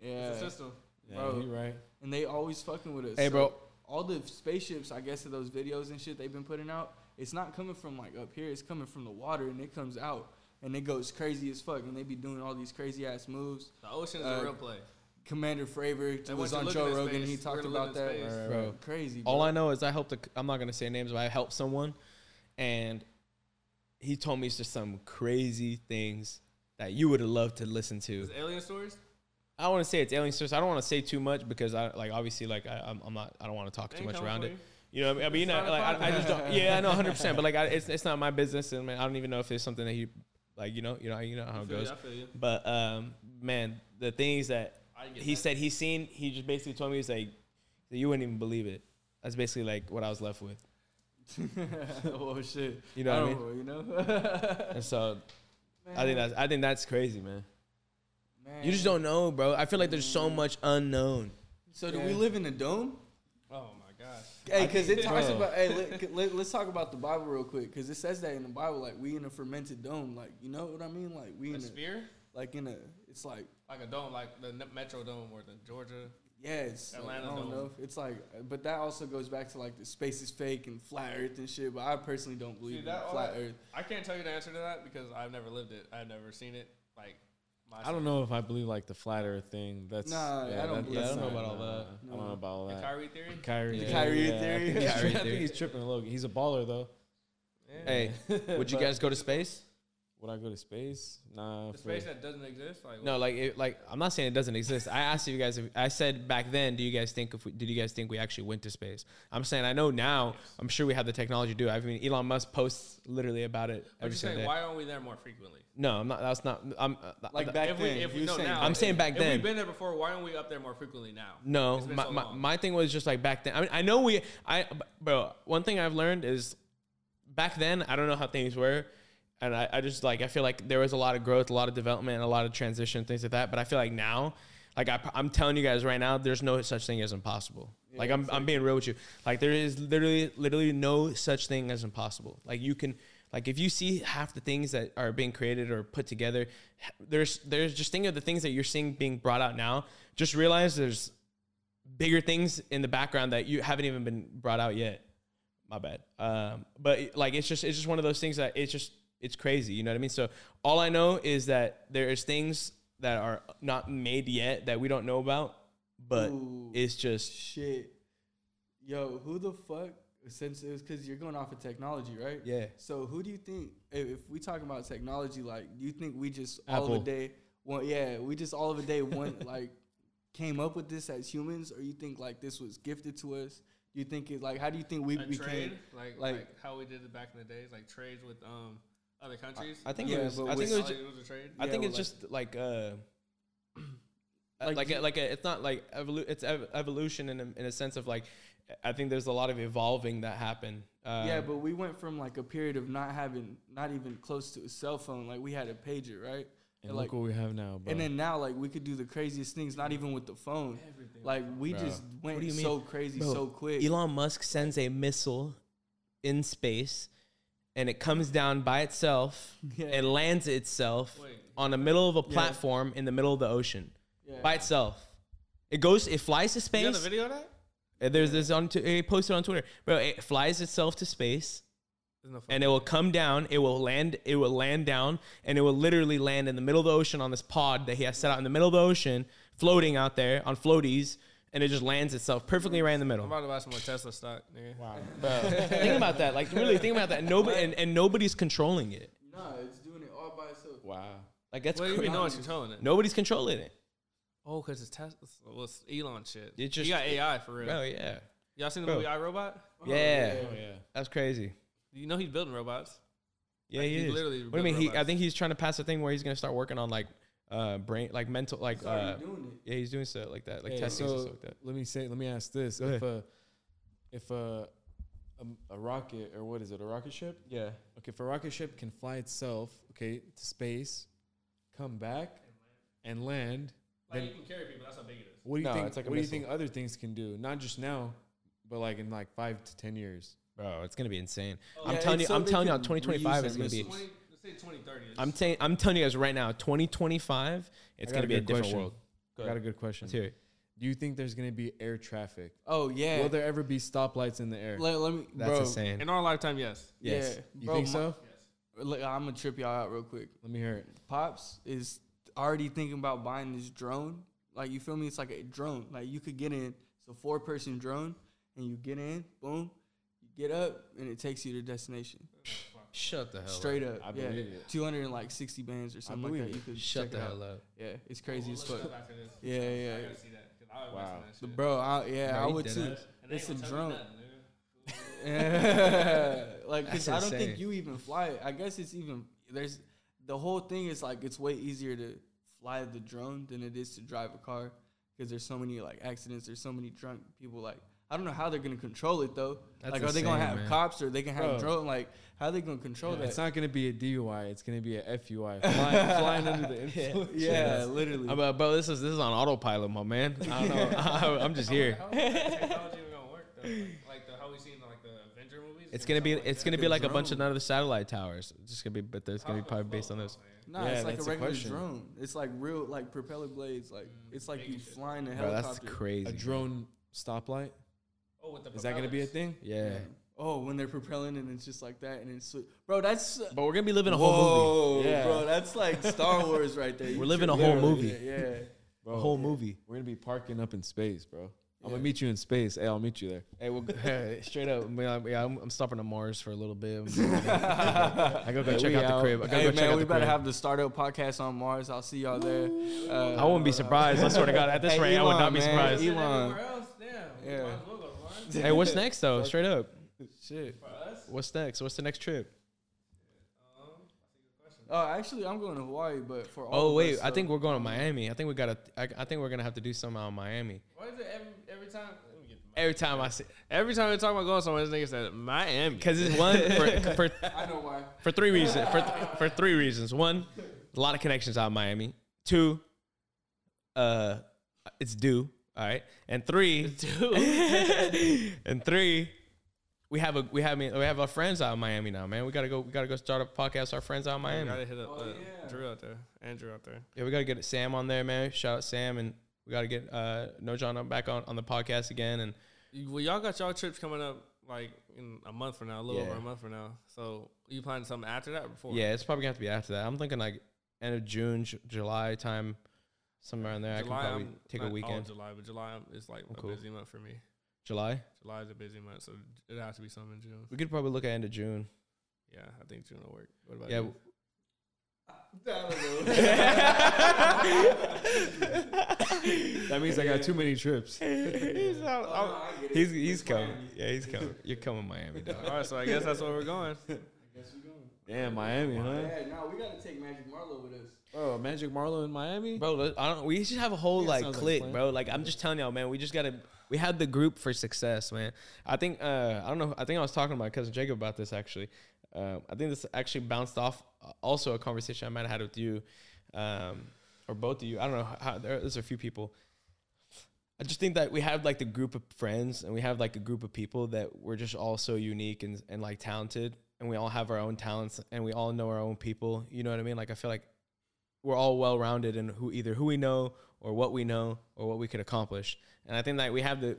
Speaker 1: it's a
Speaker 5: yeah,
Speaker 1: system.
Speaker 5: bro.
Speaker 2: you right.
Speaker 5: And they always fucking with us.
Speaker 4: Hey,
Speaker 5: So
Speaker 4: bro.
Speaker 5: all the spaceships, I guess, of those videos and shit they've been putting out, it's not coming from like up here. It's coming from the water, and it comes out, and it goes crazy as fuck. And they be doing all these crazy ass moves.
Speaker 1: The ocean is
Speaker 5: Uh,
Speaker 1: a real place.
Speaker 5: Commander Fravor
Speaker 1: They want
Speaker 5: was
Speaker 1: you
Speaker 5: on
Speaker 1: looking
Speaker 5: Joe
Speaker 1: at
Speaker 5: Rogan.
Speaker 1: space.
Speaker 5: He
Speaker 1: We're
Speaker 5: talked
Speaker 1: gonna
Speaker 5: about
Speaker 1: live in
Speaker 5: that.
Speaker 1: space.
Speaker 2: Right, right.
Speaker 4: Bro,
Speaker 5: Crazy.
Speaker 4: all
Speaker 5: bro.
Speaker 4: I know is I helped. A, I'm not gonna say names, but I helped someone, and he told me just some crazy things that you would have loved to listen to.
Speaker 1: Is it alien stories?
Speaker 4: I don't want to say it's alien source. I don't want to say too much because I like obviously like I, I'm, I'm not I don't want to talk
Speaker 1: They
Speaker 4: too
Speaker 1: ain't
Speaker 4: much
Speaker 1: coming
Speaker 4: around
Speaker 1: for
Speaker 4: it.
Speaker 1: you.
Speaker 4: You know, what I
Speaker 1: It's
Speaker 4: mean? I mean, I,
Speaker 1: not a
Speaker 4: like, I, I just
Speaker 1: podcast.
Speaker 4: don't. Yeah, I know 100, percent but like I, it's it's not my business, and man, I don't even know if it's something that you like. You know, you know, you know how
Speaker 1: I
Speaker 4: it
Speaker 1: feel you.
Speaker 4: goes.
Speaker 1: I feel you.
Speaker 4: But um, man, the things that
Speaker 1: I can get
Speaker 4: he
Speaker 1: that.
Speaker 4: said he's seen, he just basically told me he's like, you wouldn't even believe it. That's basically like what I was left with.
Speaker 5: oh shit.
Speaker 4: You know what I mean?
Speaker 5: don't- You know.
Speaker 4: And so I think that's I think that's crazy, man.
Speaker 5: Man.
Speaker 4: You just don't know, bro. I feel like there's so much unknown.
Speaker 5: So do we live in a dome?
Speaker 1: Oh my gosh.
Speaker 5: Hey, because it talks
Speaker 4: bro.
Speaker 5: about. Hey, let, let, us talk about the Bible real quick, because it says that in the Bible, like we in a fermented dome, like you know what I mean, like we
Speaker 1: A
Speaker 5: in a,
Speaker 1: sphere,
Speaker 5: like in a. It's like
Speaker 1: like a dome, like the N- Metro Dome or the Georgia.
Speaker 5: yeah, it's like, I
Speaker 1: Atlanta
Speaker 5: don't
Speaker 1: dome.
Speaker 5: know. It's like, but that also goes back to like the space is fake and flat Earth and shit. But I personally don't believe
Speaker 1: See,
Speaker 5: in
Speaker 1: that all
Speaker 5: flat
Speaker 1: I-
Speaker 5: Earth.
Speaker 1: I can't tell you the answer to that because I've never lived it. I've never seen it. Like,
Speaker 2: I don't know if I believe like the flat earth thing. That's
Speaker 5: Nah, I don't believe
Speaker 2: that's
Speaker 5: that.
Speaker 2: not-
Speaker 4: Yeah, I don't know about
Speaker 2: nah,
Speaker 4: all
Speaker 2: I
Speaker 5: that.
Speaker 2: don't know
Speaker 5: No.
Speaker 2: about all
Speaker 1: The
Speaker 2: that.
Speaker 1: Kyrie theory.
Speaker 2: Kyrie,
Speaker 5: The Kyrie
Speaker 2: I think
Speaker 5: theory.
Speaker 2: he's-
Speaker 4: Kyrie
Speaker 2: I think
Speaker 4: theory.
Speaker 2: he's tripping a little. He's a baller though.
Speaker 4: Hey, would you
Speaker 2: But
Speaker 4: guys go to space?
Speaker 2: Would I go to space? Nah.
Speaker 1: The
Speaker 2: for-
Speaker 1: space that doesn't exist. Like,
Speaker 4: No, like it, like I'm not saying it doesn't exist. I asked you guys. If, I said back then, do you guys think if we, did you guys think we actually went to space? I'm saying I know now. I'm sure we have the technology to do. it. I mean, Elon Musk posts literally about it
Speaker 1: I'm
Speaker 4: every
Speaker 1: just
Speaker 4: single
Speaker 1: saying,
Speaker 4: day.
Speaker 1: why aren't we there more frequently?
Speaker 4: No, I'm not. That's not. I'm uh,
Speaker 5: Like
Speaker 4: uh,
Speaker 5: back
Speaker 1: If we,
Speaker 5: then,
Speaker 1: if we
Speaker 5: you
Speaker 1: no,
Speaker 5: saying
Speaker 1: now,
Speaker 4: I'm saying back
Speaker 1: if
Speaker 4: then.
Speaker 1: we've been there before. Why aren't we up there more frequently now?
Speaker 4: No,
Speaker 1: It's been
Speaker 4: my,
Speaker 1: so
Speaker 4: my,
Speaker 1: long.
Speaker 4: my thing was just like back then. I mean, I know we, I, bro, one thing I've learned is back then, I don't know how things were. And I, I just like, I feel like there was a lot of growth, a lot of development, a lot of transition, things like that. But I feel like now, like I, I'm telling you guys right now, there's no such thing as impossible. like I'm, I'm being real with you. Like there is literally, literally no such thing as impossible. Like you can, like if you see half the things that are being created or put together, there's, there's just think of the things that you're seeing being brought out now. Just realize there's bigger things in the background that you haven't even been brought out yet. My bad. Um, but like it's just it's just one of those things that it's just it's crazy. You know what I mean? So all I know is that there is things that are not made yet that we don't know about, but
Speaker 5: Ooh,
Speaker 4: it's just
Speaker 5: shit. Yo, who the fuck? Since it was because you're going off of technology, right?
Speaker 4: Yeah.
Speaker 5: So who do you think if, if we talking about technology, like do you think we just all of
Speaker 2: Apple.
Speaker 5: a day well yeah, we just all of a day one like came up with this as humans, or you think like this was gifted to us? Do you think it like how do you think we
Speaker 1: A
Speaker 5: became
Speaker 1: trade, like, like
Speaker 5: like-
Speaker 1: how we did it back in the days, like trades with um other countries.
Speaker 4: I think
Speaker 5: Yeah,
Speaker 4: it was.
Speaker 5: but
Speaker 4: I think it
Speaker 1: Solid,
Speaker 4: was. ju-
Speaker 1: a trade.
Speaker 4: I
Speaker 5: Yeah,
Speaker 4: think
Speaker 5: well,
Speaker 4: it's just like uh, like
Speaker 5: Like
Speaker 4: like
Speaker 5: you-
Speaker 4: a, like a, it's not like evolu- it's ev- evolution in a, in a sense of like I think there's a lot of evolving that happened. Um,
Speaker 5: yeah, but we went from like a period of not having, not even close to a cell phone. Like we had a pager, right?
Speaker 2: And
Speaker 5: like,
Speaker 2: look what we have now, bro.
Speaker 5: and then now, like we could do the craziest things, not even with the phone. Like we
Speaker 2: Bro.
Speaker 5: just went
Speaker 4: do you mean?
Speaker 5: so crazy,
Speaker 4: Bro,
Speaker 5: so quick.
Speaker 4: Elon Musk sends a missile in space, and it comes down by itself.
Speaker 5: Yeah.
Speaker 4: It lands itself
Speaker 1: Wait.
Speaker 4: on the middle of a
Speaker 5: Yeah.
Speaker 4: platform in the middle of the ocean
Speaker 5: Yeah.
Speaker 4: by itself. It goes. It flies to
Speaker 1: You got a
Speaker 4: space.
Speaker 1: video of that?
Speaker 4: Uh, There's this on. T- it posted on Twitter, bro. It flies itself to space,
Speaker 1: There's no
Speaker 4: and it will come down. It will land. It will land down, and it will literally land in the middle of the ocean on this pod that he has set out in the middle of the ocean, floating out there on floaties, and it just lands itself perfectly right in the
Speaker 1: I'm
Speaker 4: middle.
Speaker 1: about to buy some more Tesla stock, nigga.
Speaker 4: think about that. Like really, think about that. Nobody and, and nobody's controlling it.
Speaker 5: nah, it's doing it all by itself.
Speaker 2: wow.
Speaker 4: Like that's
Speaker 1: What do you
Speaker 4: crazy.
Speaker 1: mean no one's controlling it?
Speaker 4: Nobody's controlling it.
Speaker 1: Oh, because it's Tesla. Well, it's Elon shit.
Speaker 4: It just-
Speaker 1: you got AI for real.
Speaker 4: Oh yeah,
Speaker 1: Y'all seen the
Speaker 4: Bro.
Speaker 1: movie iRobot?
Speaker 4: yeah.
Speaker 2: Oh yeah.
Speaker 4: That's crazy.
Speaker 1: You know he's building robots.
Speaker 4: Yeah,
Speaker 1: Like,
Speaker 4: he,
Speaker 1: he
Speaker 4: is.
Speaker 1: literally
Speaker 4: What do you mean?
Speaker 1: built
Speaker 4: He, I
Speaker 1: robots.
Speaker 4: think he's trying to pass a thing where he's gonna start working on like uh brain, like mental, like
Speaker 5: It's
Speaker 4: uh,
Speaker 5: already doing it.
Speaker 4: yeah, he's doing stuff like that, like
Speaker 2: Hey,
Speaker 4: testing
Speaker 2: so
Speaker 4: stuff like that.
Speaker 2: Let me say. Let me ask this:
Speaker 4: Go
Speaker 2: if a, if a, a, a rocket or what is it? A rocket ship?
Speaker 4: Yeah.
Speaker 2: Okay, if a rocket ship can fly itself, okay, to space, come back, and land.
Speaker 1: Like
Speaker 2: Then-
Speaker 1: you can carry people. That's how big it is.
Speaker 2: What do you
Speaker 4: No,
Speaker 2: think?
Speaker 4: it's like a
Speaker 2: what do you
Speaker 4: missile.
Speaker 2: think other things can do? Not just now, but like in like five to ten years.
Speaker 4: Bro, it's gonna be insane.
Speaker 5: Yeah,
Speaker 4: I'm telling
Speaker 5: it's
Speaker 4: you,
Speaker 5: so
Speaker 4: I'm
Speaker 5: they
Speaker 4: telling you,
Speaker 5: can
Speaker 4: on 2025
Speaker 5: reuse
Speaker 4: it's
Speaker 5: their
Speaker 4: gonna be.
Speaker 5: missiles.
Speaker 1: 20, let's say 2030.
Speaker 4: I'm saying, I'm telling you guys right now, 2025, it's
Speaker 2: I got
Speaker 4: gonna be a
Speaker 2: good
Speaker 4: different
Speaker 2: question.
Speaker 4: world. Go
Speaker 2: I got a
Speaker 4: ahead.
Speaker 2: good question.
Speaker 4: Let's hear it.
Speaker 2: Do you think there's gonna be air traffic?
Speaker 5: Oh yeah.
Speaker 2: Will there ever be stoplights in the air?
Speaker 5: let, let me,
Speaker 4: That's
Speaker 5: bro.
Speaker 4: insane.
Speaker 1: in our lifetime, yes.
Speaker 5: Yeah,
Speaker 4: Yes.
Speaker 2: you
Speaker 5: bro,
Speaker 2: think
Speaker 5: my-
Speaker 2: so?
Speaker 5: Look, I'm gonna trip y'all out real quick.
Speaker 2: Let me hear it.
Speaker 5: Pops is already thinking about buying this drone. Like you feel me? It's like a drone. Like you could get in. It's a four person drone, and you get in, boom, you get up, and it takes you to destination.
Speaker 4: Shut the hell
Speaker 5: Straight up.
Speaker 2: I
Speaker 5: yeah.
Speaker 2: believe it.
Speaker 5: Two hundred and like sixty bands or something like
Speaker 2: believe
Speaker 5: that.
Speaker 2: it.
Speaker 5: You could
Speaker 4: up. Shut
Speaker 5: check
Speaker 4: the
Speaker 5: it out.
Speaker 4: hell up. Oh,
Speaker 5: Yeah, it's crazy as fuck.
Speaker 1: After this.
Speaker 5: Yeah, yeah.
Speaker 1: I gotta see that. 'cause I
Speaker 2: Wow.
Speaker 1: wow. That
Speaker 5: The
Speaker 1: shit.
Speaker 5: bro, I, yeah,
Speaker 4: No,
Speaker 5: I
Speaker 4: you
Speaker 5: would
Speaker 4: dead
Speaker 5: too.
Speaker 4: ass.
Speaker 1: And they
Speaker 5: it's
Speaker 1: ain't
Speaker 5: a
Speaker 1: gonna tell me
Speaker 5: drone.
Speaker 1: nothing, nigga.
Speaker 5: like, 'cause
Speaker 4: That's
Speaker 5: I don't think
Speaker 4: insane.
Speaker 5: you even fly it. I guess it's even there's the whole thing is like it's way easier to fly the drone than it is to drive a car because there's so many like accidents. There's so many drunk people. Like, I don't know how they're gonna control it though.
Speaker 4: That's
Speaker 5: like, are they gonna
Speaker 4: insane,
Speaker 5: have
Speaker 4: man.
Speaker 5: cops or they can
Speaker 2: Bro.
Speaker 5: have drone? Like, how they gonna control
Speaker 2: It's
Speaker 5: that?
Speaker 2: not gonna be a DUI. It's gonna be a FUI. Flying, flying under the influence.
Speaker 5: yeah, literally.
Speaker 4: I'm, uh, bro, this is this is on autopilot, my man. I don't know. I, I'm just here.
Speaker 1: How is that technology even gonna work though? Like, like the, how we seen like the Avenger movies.
Speaker 4: It's gonna be
Speaker 1: sound like
Speaker 4: it's
Speaker 1: that.
Speaker 4: gonna be like a bunch of
Speaker 5: drone.
Speaker 4: another satellite towers. It's just gonna be, but there's gonna be probably based on those.
Speaker 5: Nah,
Speaker 2: Yeah,
Speaker 5: it's like a
Speaker 2: that's the
Speaker 5: regular
Speaker 2: question.
Speaker 5: drone. It's like real, like propeller blades. Like it's like you flying a
Speaker 4: Mm, Bro, that's
Speaker 5: helicopter.
Speaker 4: crazy.
Speaker 2: A drone stoplight.
Speaker 1: Oh, with the
Speaker 2: Is that gonna be a
Speaker 1: propellers.
Speaker 2: thing?
Speaker 4: Yeah.
Speaker 5: Oh, when they're propelling and it's just like that, and it's bro. That's
Speaker 4: But we're gonna be living a whole movie.
Speaker 5: whoa,
Speaker 2: Yeah.
Speaker 5: bro. That's like Star Wars right there. You
Speaker 4: We're living a
Speaker 5: tripping.
Speaker 4: whole movie.
Speaker 5: Yeah, yeah.
Speaker 2: Bro,
Speaker 4: A whole movie.
Speaker 2: We're gonna be parking up in space, bro. I'm gonna meet you in space. Hey, I'll meet you there.
Speaker 4: Hey, we'll, straight up. Yeah, I'm, yeah, I'm, I'm stopping at Mars for a little bit. I gotta go
Speaker 2: Hey,
Speaker 4: check
Speaker 2: we
Speaker 4: out
Speaker 2: out.
Speaker 4: the crib. I gotta
Speaker 5: Hey
Speaker 4: go check
Speaker 5: man,
Speaker 4: out
Speaker 5: we
Speaker 4: the
Speaker 5: better
Speaker 4: crib.
Speaker 5: have the startup podcast on Mars. I'll see y'all there. Uh,
Speaker 4: I wouldn't be surprised. I swear to God, at this
Speaker 5: Hey,
Speaker 4: rate, I would
Speaker 5: Elon,
Speaker 4: not be
Speaker 5: man.
Speaker 4: surprised.
Speaker 5: Elon.
Speaker 1: Everywhere else, damn. we
Speaker 5: Yeah.
Speaker 1: might as well go to Mars.
Speaker 4: Hey, what's next though? Straight up.
Speaker 2: Shit.
Speaker 1: For us,
Speaker 4: What's next? What's the next trip?
Speaker 1: um, that's a good question.
Speaker 5: Oh, actually, I'm going to Hawaii, but for all
Speaker 4: Oh
Speaker 5: of
Speaker 4: wait,
Speaker 5: us,
Speaker 4: I
Speaker 5: so-
Speaker 4: think we're going to Miami. I think we gotta. I, I think we're gonna have to do something out in Miami.
Speaker 1: Why is it every every time? Let me get the mic.
Speaker 4: Every time I see,
Speaker 1: Every time we talk about going somewhere, this nigga said Miami.
Speaker 4: because it's one for, for
Speaker 5: I know why.
Speaker 4: for three reasons. For for three reasons. One, a lot of connections out in Miami. Two, uh, it's due. All right, and three, and three, we have a we have we have our friends out in Miami now, man. We gotta go. We gotta go start a podcast. Our friends out in
Speaker 1: I
Speaker 4: Miami.
Speaker 1: gotta hit up
Speaker 5: Oh,
Speaker 1: uh,
Speaker 5: yeah.
Speaker 1: Drew out there, Andrew out there.
Speaker 4: Yeah, we gotta get Sam on there, man. Shout out Sam, and we gotta get uh No John on- back on on the podcast again. And
Speaker 1: You- Well, y'all got y'all trips coming up like in a month from now, a little
Speaker 4: Yeah.
Speaker 1: over a month from now. So you planning something after that or before?
Speaker 4: yeah, it's probably gonna have to be after that. I'm thinking like end of June, J- July time, somewhere around there. I
Speaker 1: July.
Speaker 4: can probably
Speaker 1: I'm
Speaker 4: take
Speaker 1: not
Speaker 4: a weekend. Oh,
Speaker 1: All July, but July is like a
Speaker 4: cool.
Speaker 1: busy month for me.
Speaker 4: July.
Speaker 1: July is a busy month, so it has to be something in June.
Speaker 4: We could probably look at end of June.
Speaker 1: Yeah, I think June will work. What about
Speaker 4: Yeah.
Speaker 1: you?
Speaker 2: That means I got too many
Speaker 1: Oh,
Speaker 2: trips.
Speaker 4: he's, out, out- he's, he's coming. Yeah, he's coming. You're coming, Miami. Dog.
Speaker 1: All right, so I guess that's where we're going.
Speaker 2: Damn, Miami, huh?
Speaker 5: Yeah, no, we gotta take Magic Marlowe with us.
Speaker 2: Bro, Magic Marlowe in Miami.
Speaker 4: Bro, let- I don't. We should have a whole
Speaker 2: Yeah,
Speaker 4: like
Speaker 2: sounds like a
Speaker 4: clique,
Speaker 2: plan.
Speaker 4: bro. Like I'm just telling y'all, man. We just gotta. We have the group for success, man. I think. Uh, I don't know. I think I was talking to my cousin Jacob about this actually. Um, I think this actually bounced off uh, also a conversation I might have had with you, um, or both of you. I don't know. How, there, there's a few people. I just think that we have like the group of friends and we have like a group of people that we're just all so unique and, and like talented and we all have our own talents and we all know our own people. You know what I mean? Like I feel like we're all well rounded in who either who we know or what we know or what we could accomplish. And I think that we have the